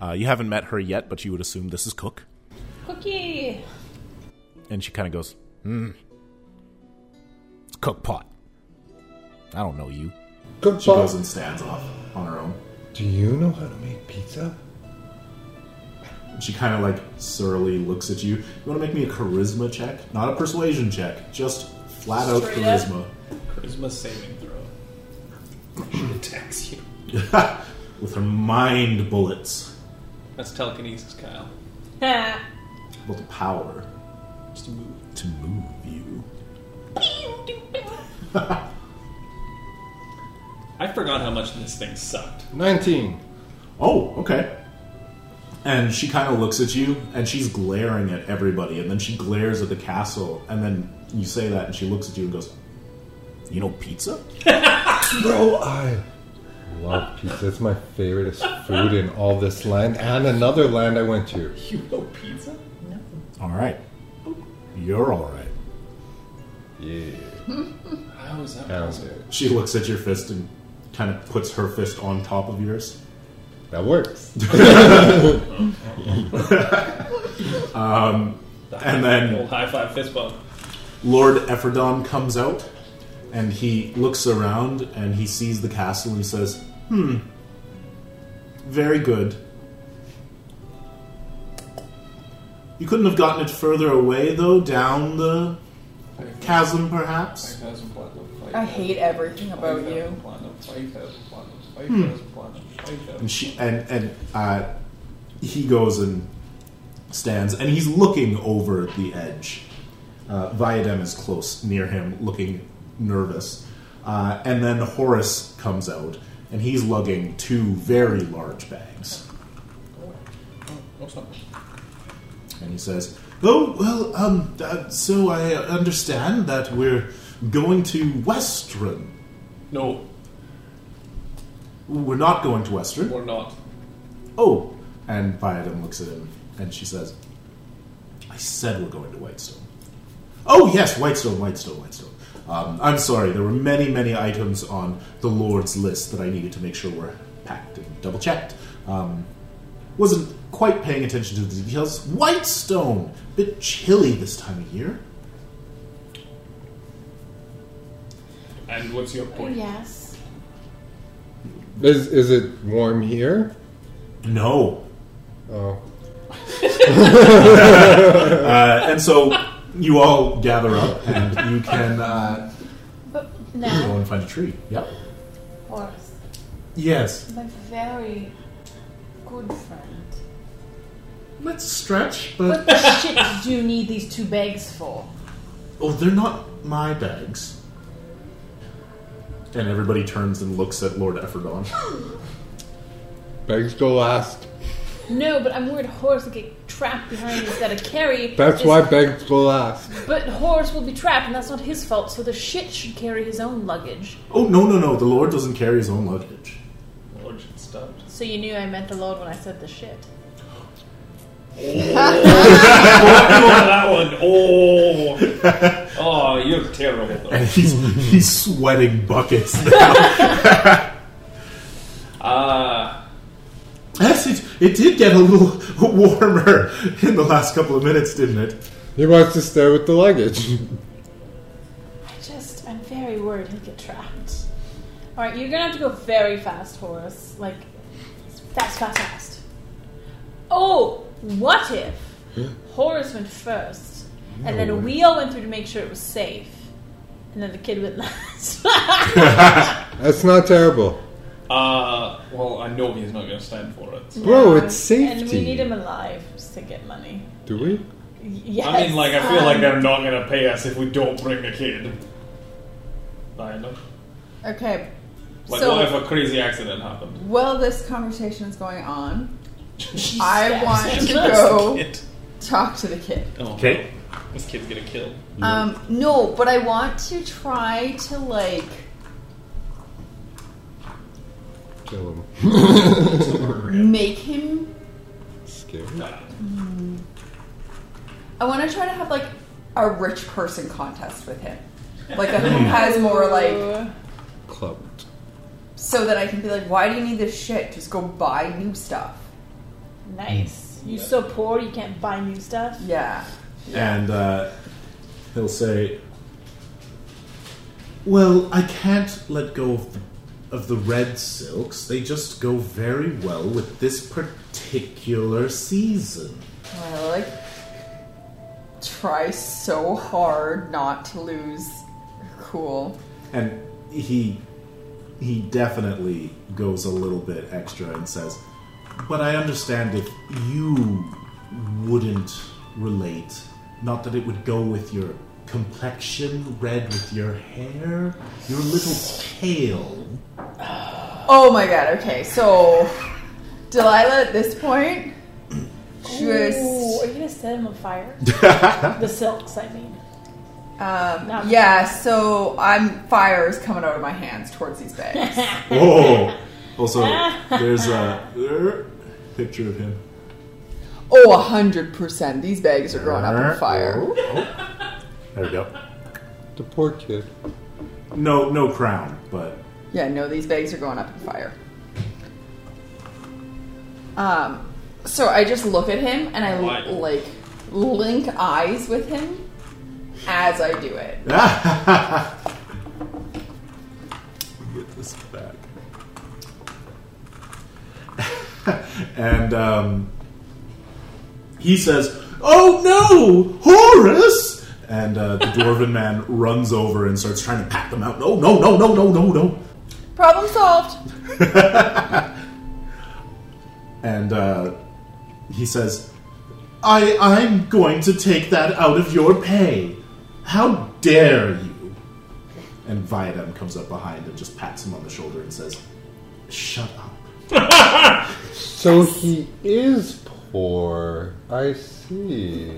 [SPEAKER 7] Uh, you haven't met her yet, but you would assume this is Cook.
[SPEAKER 3] Cookie.
[SPEAKER 7] And she kind of goes, hmm. It's Cook Pot. I don't know you.
[SPEAKER 4] Good
[SPEAKER 1] She goes
[SPEAKER 4] boss.
[SPEAKER 1] and stands off on her own.
[SPEAKER 4] Do you know how to make pizza?
[SPEAKER 1] She kind of like surly looks at you. You want to make me a charisma check? Not a persuasion check, just flat out
[SPEAKER 3] Straight up.
[SPEAKER 1] charisma.
[SPEAKER 2] Charisma saving throw. She attacks you.
[SPEAKER 1] With her mind bullets.
[SPEAKER 2] That's telekinesis, Kyle.
[SPEAKER 3] Ha.
[SPEAKER 1] With the power
[SPEAKER 2] Just a move.
[SPEAKER 1] to move you.
[SPEAKER 2] I forgot how much this thing sucked.
[SPEAKER 4] 19.
[SPEAKER 1] Oh, okay. And she kind of looks at you, and she's glaring at everybody, and then she glares at the castle, and then you say that, and she looks at you and goes, "You know, pizza."
[SPEAKER 4] Bro, I love pizza. It's my favorite food in all this land and another land I went to.
[SPEAKER 2] You know pizza?
[SPEAKER 1] All right, you're all right.
[SPEAKER 4] Yeah.
[SPEAKER 2] How is that
[SPEAKER 4] Pound
[SPEAKER 2] possible?
[SPEAKER 4] it.
[SPEAKER 1] She looks at your fist and kind of puts her fist on top of yours.
[SPEAKER 4] That works.
[SPEAKER 1] And then-
[SPEAKER 2] Old high five fist bump.
[SPEAKER 1] Lord Ephrodon comes out and he looks around and he sees the castle and he says, Hmm, very good. You couldn't have gotten it further away, though, down the chasm, perhaps?
[SPEAKER 6] I hate everything about you.
[SPEAKER 2] uh,
[SPEAKER 1] And, she, and, and uh, he goes and stands and he's looking over the edge. Uh, Viadem is close near him, looking nervous. Uh, and then Horace comes out, and he's lugging two very large bags. And he says, "Oh well, um, uh, so I understand that we're going to Western.
[SPEAKER 2] No,
[SPEAKER 1] We're not going to Western.
[SPEAKER 2] we're not.
[SPEAKER 1] Oh." And Viadem looks at him, and she says, "I said we're going to Whitestone." Oh yes, Whitestone, Whitestone, Whitestone. Um, I'm sorry, there were many, many items on the Lord's list that I needed to make sure were packed and double checked. Um, wasn't quite paying attention to the details. Whitestone, bit chilly this time of year.
[SPEAKER 2] And what's your point?
[SPEAKER 3] Yes.
[SPEAKER 4] Is, is it warm here?
[SPEAKER 1] No,
[SPEAKER 4] Oh.
[SPEAKER 1] uh, and so you all gather up and you can uh,
[SPEAKER 3] But
[SPEAKER 1] go
[SPEAKER 3] now,
[SPEAKER 1] and find a tree. Yep.
[SPEAKER 3] Horace,
[SPEAKER 1] Yes.
[SPEAKER 3] my very good friend.
[SPEAKER 1] Let's stretch, but
[SPEAKER 3] What shit do you need these two bags for?
[SPEAKER 1] Oh, they're not my bags. And everybody turns and looks at Lord Ephrodon.
[SPEAKER 4] Bags go last.
[SPEAKER 3] No, but I'm worried Horace will get trapped behind instead of carry.
[SPEAKER 4] That's
[SPEAKER 3] is-
[SPEAKER 4] why bags go last.
[SPEAKER 3] But Horace will be trapped, and that's not his fault. So the shit should carry his own luggage.
[SPEAKER 1] oh, no, no, no. The Lord doesn't carry his own luggage.
[SPEAKER 2] Lord, shit stopped.
[SPEAKER 3] So you knew I meant the Lord when I said the shit.
[SPEAKER 2] Oh, that one. Oh. oh, you're terrible. Though.
[SPEAKER 1] And he's, he's sweating buckets now.
[SPEAKER 2] Uh,
[SPEAKER 1] yes, it, it did get a little warmer in the last couple of minutes, didn't it?
[SPEAKER 4] He wants to stay with the luggage.
[SPEAKER 3] I just, I'm very worried he'll get trapped. All right, you're gonna have to go very fast, Horace. Like fast, fast, fast. Oh, what if Horace went first, and then we all went through to make sure it was safe, and then the kid went last?
[SPEAKER 4] That's not terrible.
[SPEAKER 2] Uh, well, I know he's not going to stand for it.
[SPEAKER 4] Bro, it's safety.
[SPEAKER 3] And we need him alive just to get money.
[SPEAKER 4] Do we?
[SPEAKER 3] Y- Yes.
[SPEAKER 2] I mean, like, I feel like
[SPEAKER 3] um,
[SPEAKER 2] they're not going to pay us if we don't bring a kid. I know.
[SPEAKER 6] Okay.
[SPEAKER 2] Like,
[SPEAKER 6] so
[SPEAKER 2] what if a crazy accident happened?
[SPEAKER 6] while this conversation is going on, I want to
[SPEAKER 2] That's the
[SPEAKER 6] go
[SPEAKER 2] kid.
[SPEAKER 6] talk to the kid.
[SPEAKER 2] Oh,
[SPEAKER 7] Okay.
[SPEAKER 2] This kid's getting killed.
[SPEAKER 6] Um, no, but I want to try to like
[SPEAKER 4] Kill him.
[SPEAKER 6] make him.
[SPEAKER 4] Scary.
[SPEAKER 6] I want to try to have like a rich person contest with him, like a, who has more like,
[SPEAKER 4] Club.
[SPEAKER 6] so that I can be like, why do you need this shit? Just go buy new stuff.
[SPEAKER 3] nice. You so poor, you can't buy new stuff.
[SPEAKER 6] Yeah.
[SPEAKER 1] and uh, he'll say, "Well, I can't let go of the, of the red silks. They just go very well with this particular season."
[SPEAKER 6] I like try so hard not to lose. Cool.
[SPEAKER 1] And he he definitely goes a little bit extra and says, "But I understand if you wouldn't relate. Not that it would go with your." Complexion, red with your hair, your little tail.
[SPEAKER 6] Oh my god, okay, so Delilah at this point
[SPEAKER 3] Ooh,
[SPEAKER 6] just
[SPEAKER 3] are you gonna set him on fire? the silks, I mean.
[SPEAKER 6] um,
[SPEAKER 3] Not-
[SPEAKER 6] yeah, so I'm fire is coming out of my hands towards these bags.
[SPEAKER 1] Oh. Also, there's a er, picture of him.
[SPEAKER 6] oh, a hundred percent. These bags are growing up in fire.
[SPEAKER 1] Oh, oh. There we go.
[SPEAKER 4] The poor kid.
[SPEAKER 1] No, no crown, but
[SPEAKER 6] Yeah, no, these bags are going up in fire. Um, so I just look at him and I
[SPEAKER 2] Why?
[SPEAKER 6] like link eyes with him as I do it.
[SPEAKER 1] get this back. and um, he says, "Oh no, Horace!" And uh, the dwarven man runs over and starts trying to pat them out. No, no, no, no, no, no, no.
[SPEAKER 6] Problem solved.
[SPEAKER 1] and uh, he says, I, I'm going to take that out of your pay. How dare you? And Viadem comes up behind and just pats him on the shoulder and says, Shut up.
[SPEAKER 4] So he is poor. I see.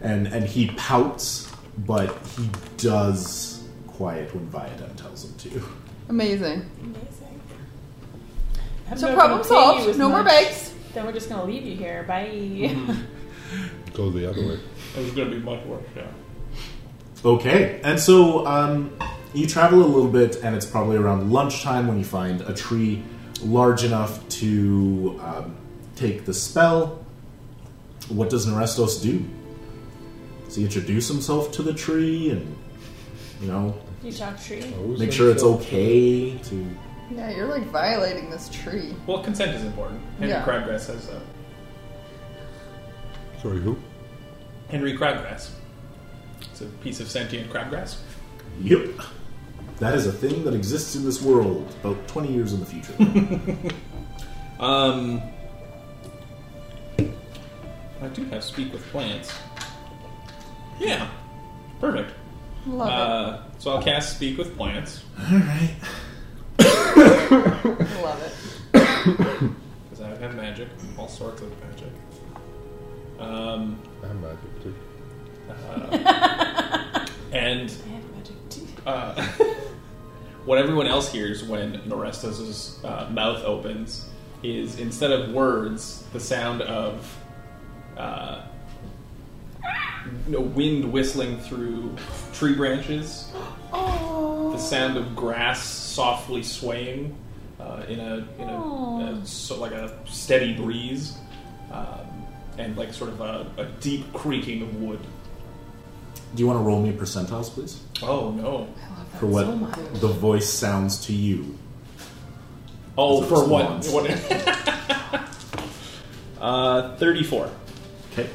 [SPEAKER 1] And, and he pouts, but he does quiet when Viadem tells him to.
[SPEAKER 6] Amazing.
[SPEAKER 3] Amazing. I'm
[SPEAKER 6] So
[SPEAKER 3] not
[SPEAKER 6] problem
[SPEAKER 3] gonna pay you
[SPEAKER 6] solved.
[SPEAKER 3] as
[SPEAKER 6] No more Mm-hmm.
[SPEAKER 3] much.
[SPEAKER 6] bags.
[SPEAKER 3] Then we're just gonna leave you here. Bye.
[SPEAKER 4] Go the other way.
[SPEAKER 2] It was going to be much worse, yeah.
[SPEAKER 1] Okay, and so um, you travel a little bit, and it's probably around lunchtime when you find a tree large enough to um, take the spell. What does Narestos do? Does he introduce himself to the tree and, you know,
[SPEAKER 3] You talk
[SPEAKER 4] Oh,
[SPEAKER 3] tree.
[SPEAKER 1] make sure it's okay to.
[SPEAKER 6] Yeah, you're like violating this tree.
[SPEAKER 2] Well, consent is important. Henry
[SPEAKER 6] Yeah.
[SPEAKER 2] Crabgrass uh, says that.
[SPEAKER 4] Sorry, who?
[SPEAKER 2] Henry Crabgrass. It's a piece of sentient crabgrass.
[SPEAKER 1] Yep. That is a thing that exists in this world about 20 years in the future.
[SPEAKER 2] Um, I do have speak with plants. Yeah, perfect.
[SPEAKER 6] Love
[SPEAKER 2] Uh, so I'll cast speak with plants
[SPEAKER 1] Alright.
[SPEAKER 6] it. Love it.
[SPEAKER 2] because I have magic, all sorts of magic. Um,
[SPEAKER 4] I'm magic too.
[SPEAKER 2] and
[SPEAKER 3] I have magic teeth.
[SPEAKER 2] uh, what everyone else hears when Norestas' uh, mouth opens is instead of words, the sound of uh, you know, wind whistling through tree branches,
[SPEAKER 3] Oh.
[SPEAKER 2] the sound of grass softly swaying uh, in a, in a,
[SPEAKER 3] Aw.
[SPEAKER 2] a so, like a steady breeze, um, and like sort of a, a deep creaking of wood.
[SPEAKER 1] Do you want to roll me percentiles, please?
[SPEAKER 2] Oh no.
[SPEAKER 1] For what the voice sounds to you.
[SPEAKER 2] Oh,
[SPEAKER 1] Those
[SPEAKER 2] for
[SPEAKER 1] are
[SPEAKER 2] what?
[SPEAKER 1] ones.
[SPEAKER 2] what uh, thirty-four.
[SPEAKER 1] Okay.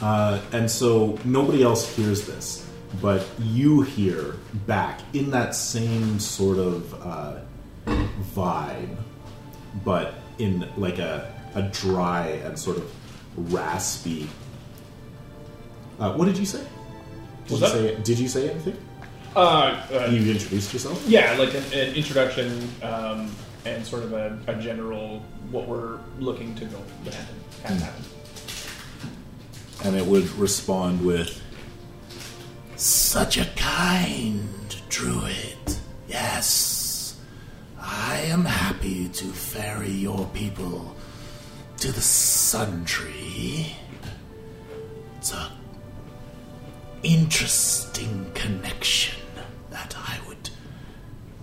[SPEAKER 1] Uh, and so nobody else hears this, but you hear back in that same sort of uh, vibe, but in like a, a dry and sort of raspy. Uh, what did you say? Did
[SPEAKER 2] Was
[SPEAKER 1] you
[SPEAKER 2] that-
[SPEAKER 1] say did you say anything?
[SPEAKER 2] Uh, uh,
[SPEAKER 1] You introduced yourself.
[SPEAKER 2] yeah, like an, an introduction um, and sort of a, a general what we're looking to go happen.
[SPEAKER 1] Hmm.
[SPEAKER 2] Have happen.
[SPEAKER 1] and it would respond with such a kind druid yes i am happy to ferry your people to the sun tree it's a interesting connection that i would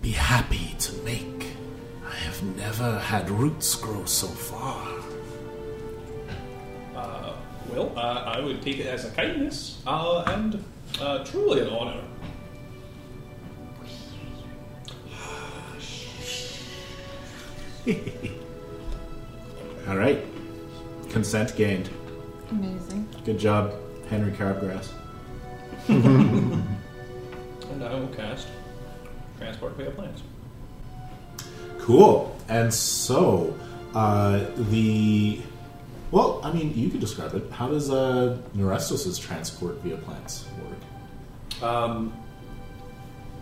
[SPEAKER 1] be happy to make i have never had roots grow so far
[SPEAKER 2] Well, uh, I would take it as a kindness uh, and uh, truly an honor.
[SPEAKER 1] all right consent gained
[SPEAKER 3] Amazing.
[SPEAKER 1] Good job, Henry Crabgrass.
[SPEAKER 2] And I will cast transport via plans.
[SPEAKER 1] Cool. And so, uh, the. Well, I mean, you could describe it. How does uh, Nerestos' transport via plants work?
[SPEAKER 2] Um,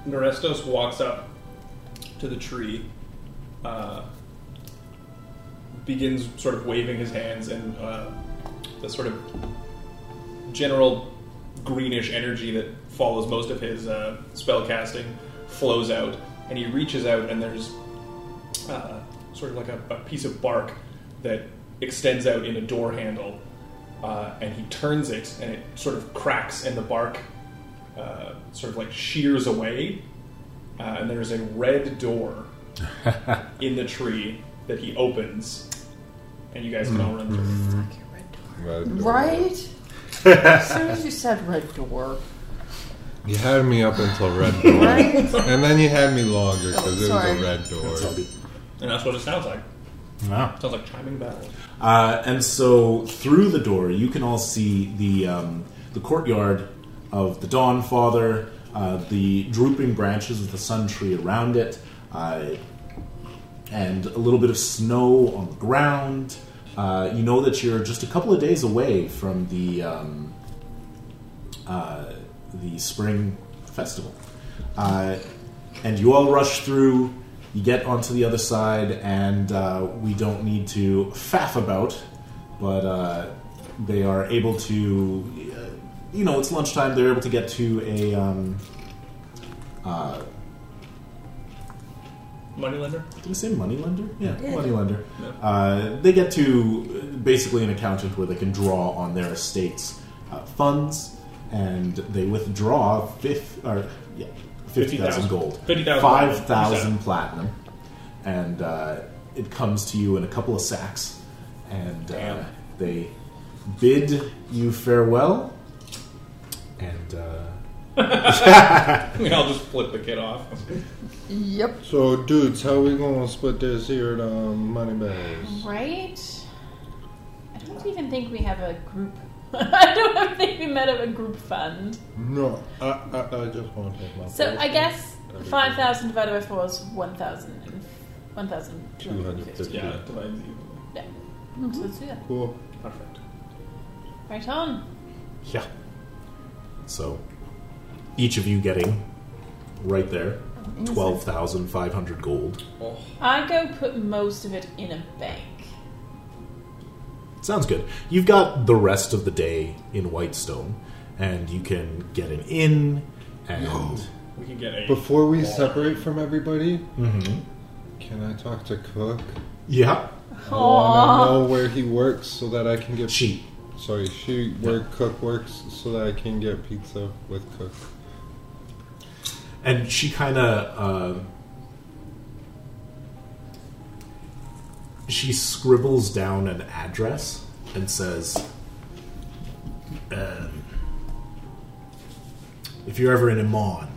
[SPEAKER 2] Nerestos walks up to the tree, uh, begins sort of waving his hands, and uh, the sort of general greenish energy that follows most of his uh, spell casting flows out, and he reaches out, and there's uh, sort of like a, a piece of bark that extends out in a door handle, uh, and he turns it, and it sort of cracks, and the bark uh, sort of like shears away, uh, and there's a red door in the tree that he opens, and you guys can all run through.
[SPEAKER 4] Red door.
[SPEAKER 6] Right? as soon as you said red door.
[SPEAKER 4] You had me up until red door,
[SPEAKER 6] Right?
[SPEAKER 4] and then you had me longer because it was
[SPEAKER 6] sorry.
[SPEAKER 4] a red door.
[SPEAKER 2] And that's what it sounds like.
[SPEAKER 1] Wow.
[SPEAKER 2] Sounds like chiming bells.
[SPEAKER 1] Uh, and so, through the door, you can all see the, um, the courtyard of the Dawn Father, uh, the drooping branches of the Sun Tree around it, uh, and a little bit of snow on the ground. Uh, you know that you're just a couple of days away from the um, uh, the spring festival, uh, and you all rush through. You get onto the other side, and uh, we don't need to faff about, but uh, they are able to. Uh, you know, it's lunchtime. They're able to get to a um,
[SPEAKER 2] Moneylender?
[SPEAKER 1] Did I say moneylender? Yeah,
[SPEAKER 6] Yeah.
[SPEAKER 1] moneylender.
[SPEAKER 2] Yeah.
[SPEAKER 1] Uh, they get to uh, basically an accountant where they can draw on their estate's uh, funds, and they withdraw fifth or yeah, fifty thousand
[SPEAKER 2] 50,000.
[SPEAKER 1] gold,
[SPEAKER 2] 50,000 gold.
[SPEAKER 1] five thousand platinum, and uh, it comes to you in a couple of sacks, and uh,
[SPEAKER 2] Damn.
[SPEAKER 1] they bid you farewell, and. Uh,
[SPEAKER 2] We all just flip the kid off.
[SPEAKER 6] Yep.
[SPEAKER 4] So, dudes, how we gonna split this here um, money bags?
[SPEAKER 3] Right? I don't even think we have a group. I don't think we met up a group fund.
[SPEAKER 4] No, I, I, I just want to take my.
[SPEAKER 3] So I
[SPEAKER 4] portion.
[SPEAKER 3] guess 5,000 divided by 4 is 1,000. and- 1,250.
[SPEAKER 4] 250.
[SPEAKER 2] Yeah, it divides evenly.
[SPEAKER 3] Yeah. So let's do that.
[SPEAKER 4] Cool.
[SPEAKER 2] Perfect.
[SPEAKER 3] Right on.
[SPEAKER 1] Yeah. So, each of you getting right there twelve thousand five hundred gold.
[SPEAKER 2] Oh,
[SPEAKER 3] I go put most of it in a bank.
[SPEAKER 1] Sounds good. You've got the rest of the day in Whitestone, and you can get an inn. And
[SPEAKER 2] we can get a.
[SPEAKER 4] Before we separate from everybody, can I talk to Cook?
[SPEAKER 1] mm-hmm. yeah,
[SPEAKER 4] I want to know where he works so that I can get.
[SPEAKER 1] she.
[SPEAKER 4] Sorry, she where Cook works so that I can get pizza with Cook.
[SPEAKER 1] and she kind of uh, she scribbles down an address and says um, If you're ever in Amon,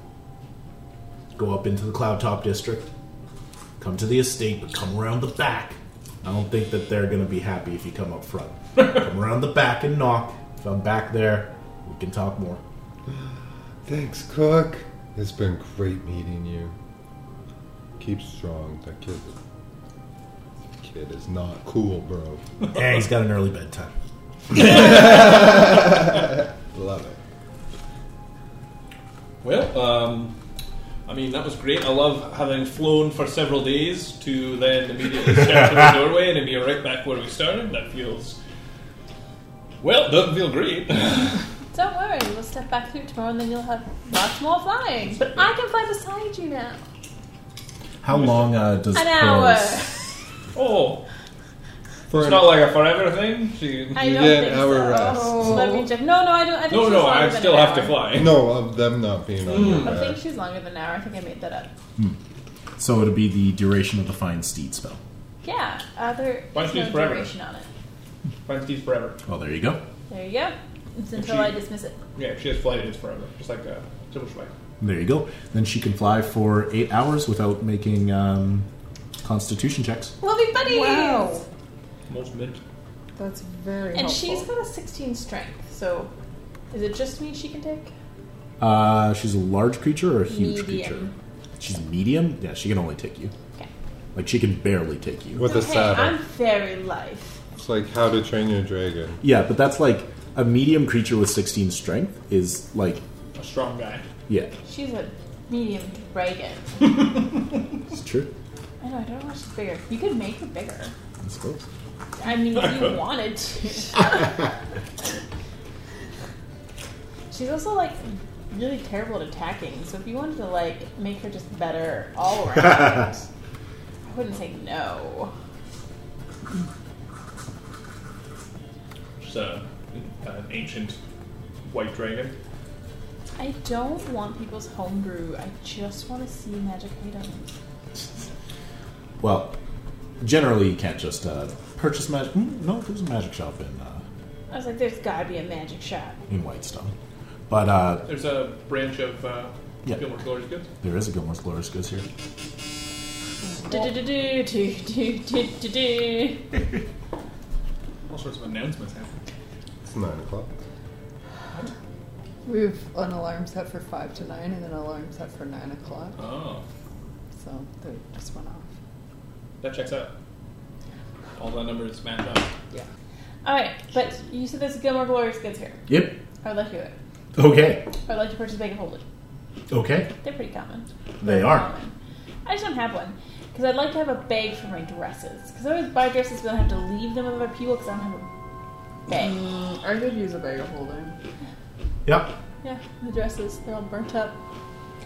[SPEAKER 1] go up into the Cloud Top District, come to the estate, but come around the back. I don't think that they're going to be happy if you come up front. come around the back and knock. If I'm back there, we can talk more.
[SPEAKER 4] Thanks, Cook. It's been great meeting you. Keep strong. That kid, that kid is not cool, bro.
[SPEAKER 1] Yeah, he's got an early bedtime.
[SPEAKER 4] Love it.
[SPEAKER 2] Well, um, I mean, that was great. I love having flown for several days to then immediately step to the doorway and then be right back where we started. That feels. Well, doesn't feel great.
[SPEAKER 3] Don't worry, we'll step back through tomorrow and then you'll have lots more flying. But I can fly beside you now.
[SPEAKER 1] How long uh, does
[SPEAKER 3] An hour.
[SPEAKER 1] Pearl's-
[SPEAKER 2] oh,
[SPEAKER 4] For
[SPEAKER 2] it's not like a forever thing. She,
[SPEAKER 3] I
[SPEAKER 4] You
[SPEAKER 3] don't
[SPEAKER 4] get
[SPEAKER 3] think
[SPEAKER 4] hour
[SPEAKER 3] so. Oh.
[SPEAKER 4] rest.
[SPEAKER 3] Let me check. No, no, I don't. I think
[SPEAKER 2] no,
[SPEAKER 3] she's
[SPEAKER 2] no,
[SPEAKER 3] longer
[SPEAKER 2] I
[SPEAKER 3] than
[SPEAKER 2] still
[SPEAKER 3] an
[SPEAKER 2] have to
[SPEAKER 3] hour.
[SPEAKER 2] fly.
[SPEAKER 4] no, of them not being on your
[SPEAKER 3] Mm. I think
[SPEAKER 4] back.
[SPEAKER 3] she's longer than an hour. I think I made that up.
[SPEAKER 1] So it'll be the duration of the Fine Steed spell.
[SPEAKER 3] Yeah, uh, there
[SPEAKER 2] Why
[SPEAKER 3] is
[SPEAKER 2] don't you
[SPEAKER 3] no
[SPEAKER 2] use forever?
[SPEAKER 3] duration on it.
[SPEAKER 2] Find Steve forever.
[SPEAKER 1] Oh, there you go.
[SPEAKER 3] There you go. It's until
[SPEAKER 2] she-
[SPEAKER 3] I dismiss it.
[SPEAKER 2] Yeah, if she has flight, it's forever. Just like a triple strike.
[SPEAKER 1] There you go. Then she can fly for eight hours without making um, Constitution checks.
[SPEAKER 3] We'll be buddies.
[SPEAKER 6] Wow.
[SPEAKER 2] Most mint.
[SPEAKER 6] That's very
[SPEAKER 3] And she's got a 16 strength, so is it just me she can take?
[SPEAKER 1] Uh, she's a large creature or a huge
[SPEAKER 3] Medium.
[SPEAKER 1] creature? She's medium. Yeah, she can only take you.
[SPEAKER 3] Okay.
[SPEAKER 1] Like she can barely take you.
[SPEAKER 4] With a
[SPEAKER 3] okay,
[SPEAKER 4] saddle.
[SPEAKER 3] I'm very light.
[SPEAKER 4] It's like how to train your dragon.
[SPEAKER 1] Yeah, but that's like a medium creature with 16 strength is like
[SPEAKER 2] A strong guy.
[SPEAKER 1] yeah,
[SPEAKER 3] She's a medium dragon.
[SPEAKER 1] it's true.
[SPEAKER 3] I know, I don't know why she's bigger. You could make her bigger.
[SPEAKER 1] I suppose.
[SPEAKER 3] I mean, if you wanted to. She's also like really terrible at attacking, so if you wanted to like make her just better all around, I wouldn't say no.
[SPEAKER 2] She's a, an ancient white dragon.
[SPEAKER 3] I don't want people's homebrew. I just want to see magic items.
[SPEAKER 1] Well, generally you can't just uh, purchase magic. No, there's a magic shop in uh,
[SPEAKER 3] I was like, there's gotta be a magic shop.
[SPEAKER 1] in Whitestone, but uh,
[SPEAKER 2] There's a branch of uh,
[SPEAKER 1] Yeah.
[SPEAKER 2] Gilmore Glorious Goods.
[SPEAKER 1] there is a Gilmore's Glorious Goods here.
[SPEAKER 3] Do-do-do-do, do-do-do-do-do.
[SPEAKER 2] All sorts of announcements happen.
[SPEAKER 4] It's nine o'clock.
[SPEAKER 6] We have an alarm set for five to nine, and an alarm set for nine o'clock.
[SPEAKER 2] Oh,
[SPEAKER 6] So they just went off.
[SPEAKER 2] that checks out. All the numbers match up.
[SPEAKER 6] Yeah.
[SPEAKER 3] Alright, but you said there's Gilmore Glorious goods here.
[SPEAKER 1] Yep.
[SPEAKER 3] I would like to do it.
[SPEAKER 1] Okay.
[SPEAKER 3] I would like to purchase a bag of holding.
[SPEAKER 1] Okay.
[SPEAKER 3] They're pretty common.
[SPEAKER 1] They are.
[SPEAKER 3] Common. I just don't have one because I'd like to have a bag for my dresses because I always buy dresses but I have to leave them with other people because I don't have a bag.
[SPEAKER 6] Mm, I could use a bag of holding.
[SPEAKER 1] Yep.
[SPEAKER 3] Yeah, the dresses they're all burnt up.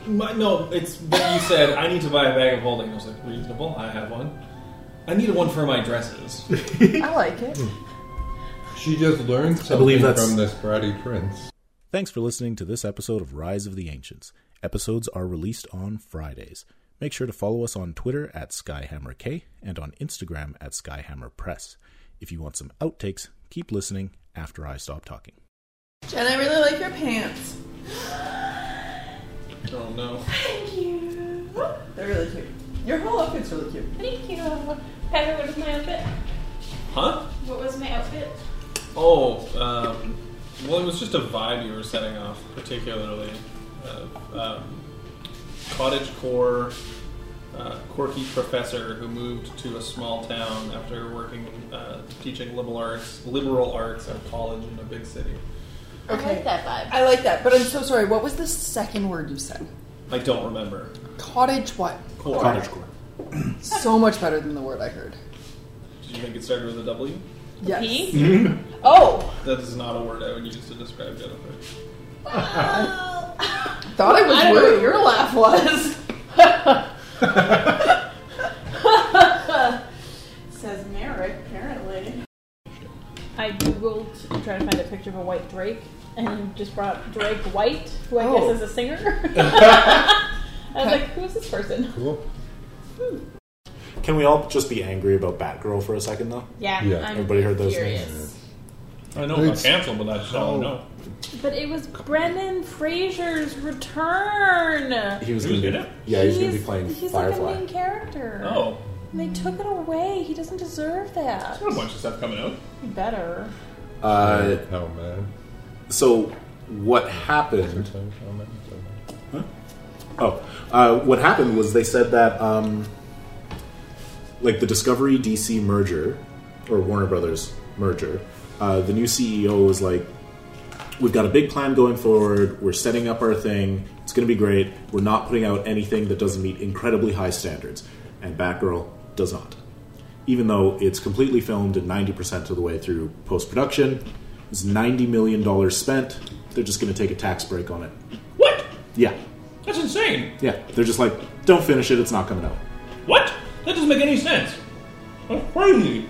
[SPEAKER 2] My, no, it's when you said I need to buy a bag of holding. I was like, reasonable. I have one. I need one for my dresses.
[SPEAKER 6] I like it.
[SPEAKER 4] She just learned something
[SPEAKER 1] believe that's-
[SPEAKER 4] from this bratty prince.
[SPEAKER 9] Thanks for listening to this episode of Rise of the Ancients. Episodes are released on Fridays. Make sure to follow us on Twitter at SkyhammerK and on Instagram at SkyhammerPress. If you want some outtakes, keep listening after I stop talking.
[SPEAKER 6] Jen, I really like your pants.
[SPEAKER 2] oh no.
[SPEAKER 6] Thank you. They're really cute. Your whole outfit's really cute.
[SPEAKER 3] Thank you. Heather, what was my outfit?
[SPEAKER 2] Huh?
[SPEAKER 3] What was my outfit?
[SPEAKER 2] Oh, um, well, it was just a vibe you were setting off, particularly uh, um, cottage core, uh, quirky professor who moved to a small town after working uh, teaching liberal arts, liberal arts at college in a big city.
[SPEAKER 6] Okay.
[SPEAKER 3] I like that vibe.
[SPEAKER 6] I like that, but I'm so sorry. What was the second word you said?
[SPEAKER 2] I don't remember.
[SPEAKER 6] Cottage what?
[SPEAKER 2] Core.
[SPEAKER 1] Cottage core.
[SPEAKER 6] So much better than the word I heard.
[SPEAKER 2] Did you think it started with a W?
[SPEAKER 6] Yes.
[SPEAKER 3] Peace?
[SPEAKER 6] Oh,
[SPEAKER 2] That is not a word I would use to describe Jennifer.
[SPEAKER 6] thought I was
[SPEAKER 3] I don't
[SPEAKER 6] where
[SPEAKER 3] know.
[SPEAKER 6] your laugh was.
[SPEAKER 3] Says Merrick, apparently. I googled to try to find a picture of a white Drake and just brought up Drake White, who I
[SPEAKER 6] Oh.
[SPEAKER 3] guess is a singer. I was like, who is this person?
[SPEAKER 4] Cool.
[SPEAKER 7] Can we all just be angry about Batgirl for a second, though?
[SPEAKER 3] Yeah,
[SPEAKER 4] Yeah,
[SPEAKER 3] I'm
[SPEAKER 7] everybody heard those
[SPEAKER 3] furious.
[SPEAKER 7] names.
[SPEAKER 2] I know about
[SPEAKER 4] It's-
[SPEAKER 2] cancel, but I just don't know.
[SPEAKER 3] But it was Brendan Fraser's return.
[SPEAKER 1] He was
[SPEAKER 2] He
[SPEAKER 1] going to
[SPEAKER 2] was in
[SPEAKER 1] be
[SPEAKER 2] it?
[SPEAKER 1] yeah, he was going to be playing
[SPEAKER 3] he's
[SPEAKER 1] Firefly.
[SPEAKER 3] like a main character.
[SPEAKER 2] Oh,
[SPEAKER 3] And they took it away. He doesn't deserve that.
[SPEAKER 2] got a bunch of stuff coming out.
[SPEAKER 3] He better.
[SPEAKER 1] uh,
[SPEAKER 4] Hell, man.
[SPEAKER 1] so what happened?
[SPEAKER 4] Hell, man.
[SPEAKER 1] Oh, uh, what happened was they said that, um, like the Discovery DC merger, or Warner Brothers merger, uh, the new CEO was like, "We've got a big plan going forward. We're setting up our thing. It's going to be great. We're not putting out anything that doesn't meet incredibly high standards." And Batgirl does not, even though it's completely filmed and ninety percent of the way through post production. It's ninety million dollars spent. They're just going to take a tax break on it.
[SPEAKER 2] What?
[SPEAKER 1] Yeah.
[SPEAKER 2] That's insane.
[SPEAKER 1] Yeah, they're just like, don't finish it, it's not coming out.
[SPEAKER 2] What? That doesn't make any sense. That's crazy.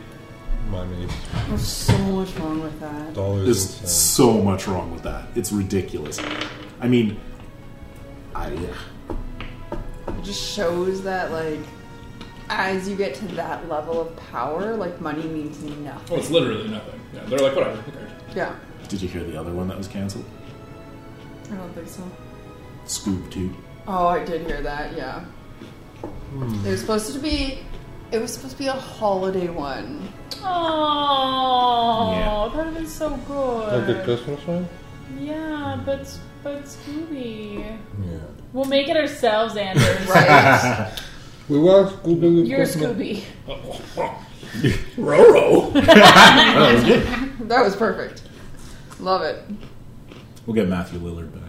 [SPEAKER 4] Money,
[SPEAKER 6] There's so much wrong with that.
[SPEAKER 4] dollars,
[SPEAKER 1] There's
[SPEAKER 4] and cents.
[SPEAKER 1] so much wrong with that. It's ridiculous. I mean, I, uh, yeah.
[SPEAKER 6] It just shows that, like, as you get to that level of power, like, money means
[SPEAKER 2] Oh,
[SPEAKER 6] nothing.
[SPEAKER 2] it's literally nothing. Yeah, they're like, whatever. Who cares?
[SPEAKER 6] Yeah.
[SPEAKER 1] Did you hear the other one that was canceled?
[SPEAKER 6] I don't think so.
[SPEAKER 1] Scoob 2.
[SPEAKER 6] Oh, I did hear that. Yeah. It was supposed to be. It was supposed to be a holiday one.
[SPEAKER 3] Oh,
[SPEAKER 1] Yeah.
[SPEAKER 3] that would have been so
[SPEAKER 4] Like the
[SPEAKER 3] good.
[SPEAKER 4] Christmas one?
[SPEAKER 3] Yeah, but but Scooby.
[SPEAKER 4] Yeah.
[SPEAKER 3] We'll make it ourselves, Anders.
[SPEAKER 6] Right.
[SPEAKER 4] We watched Scooby
[SPEAKER 3] You're
[SPEAKER 4] Christmas.
[SPEAKER 3] Scooby.
[SPEAKER 2] Oh.
[SPEAKER 1] Roro! that was good.
[SPEAKER 6] that was perfect. Love it.
[SPEAKER 1] We'll get Matthew Lillard back.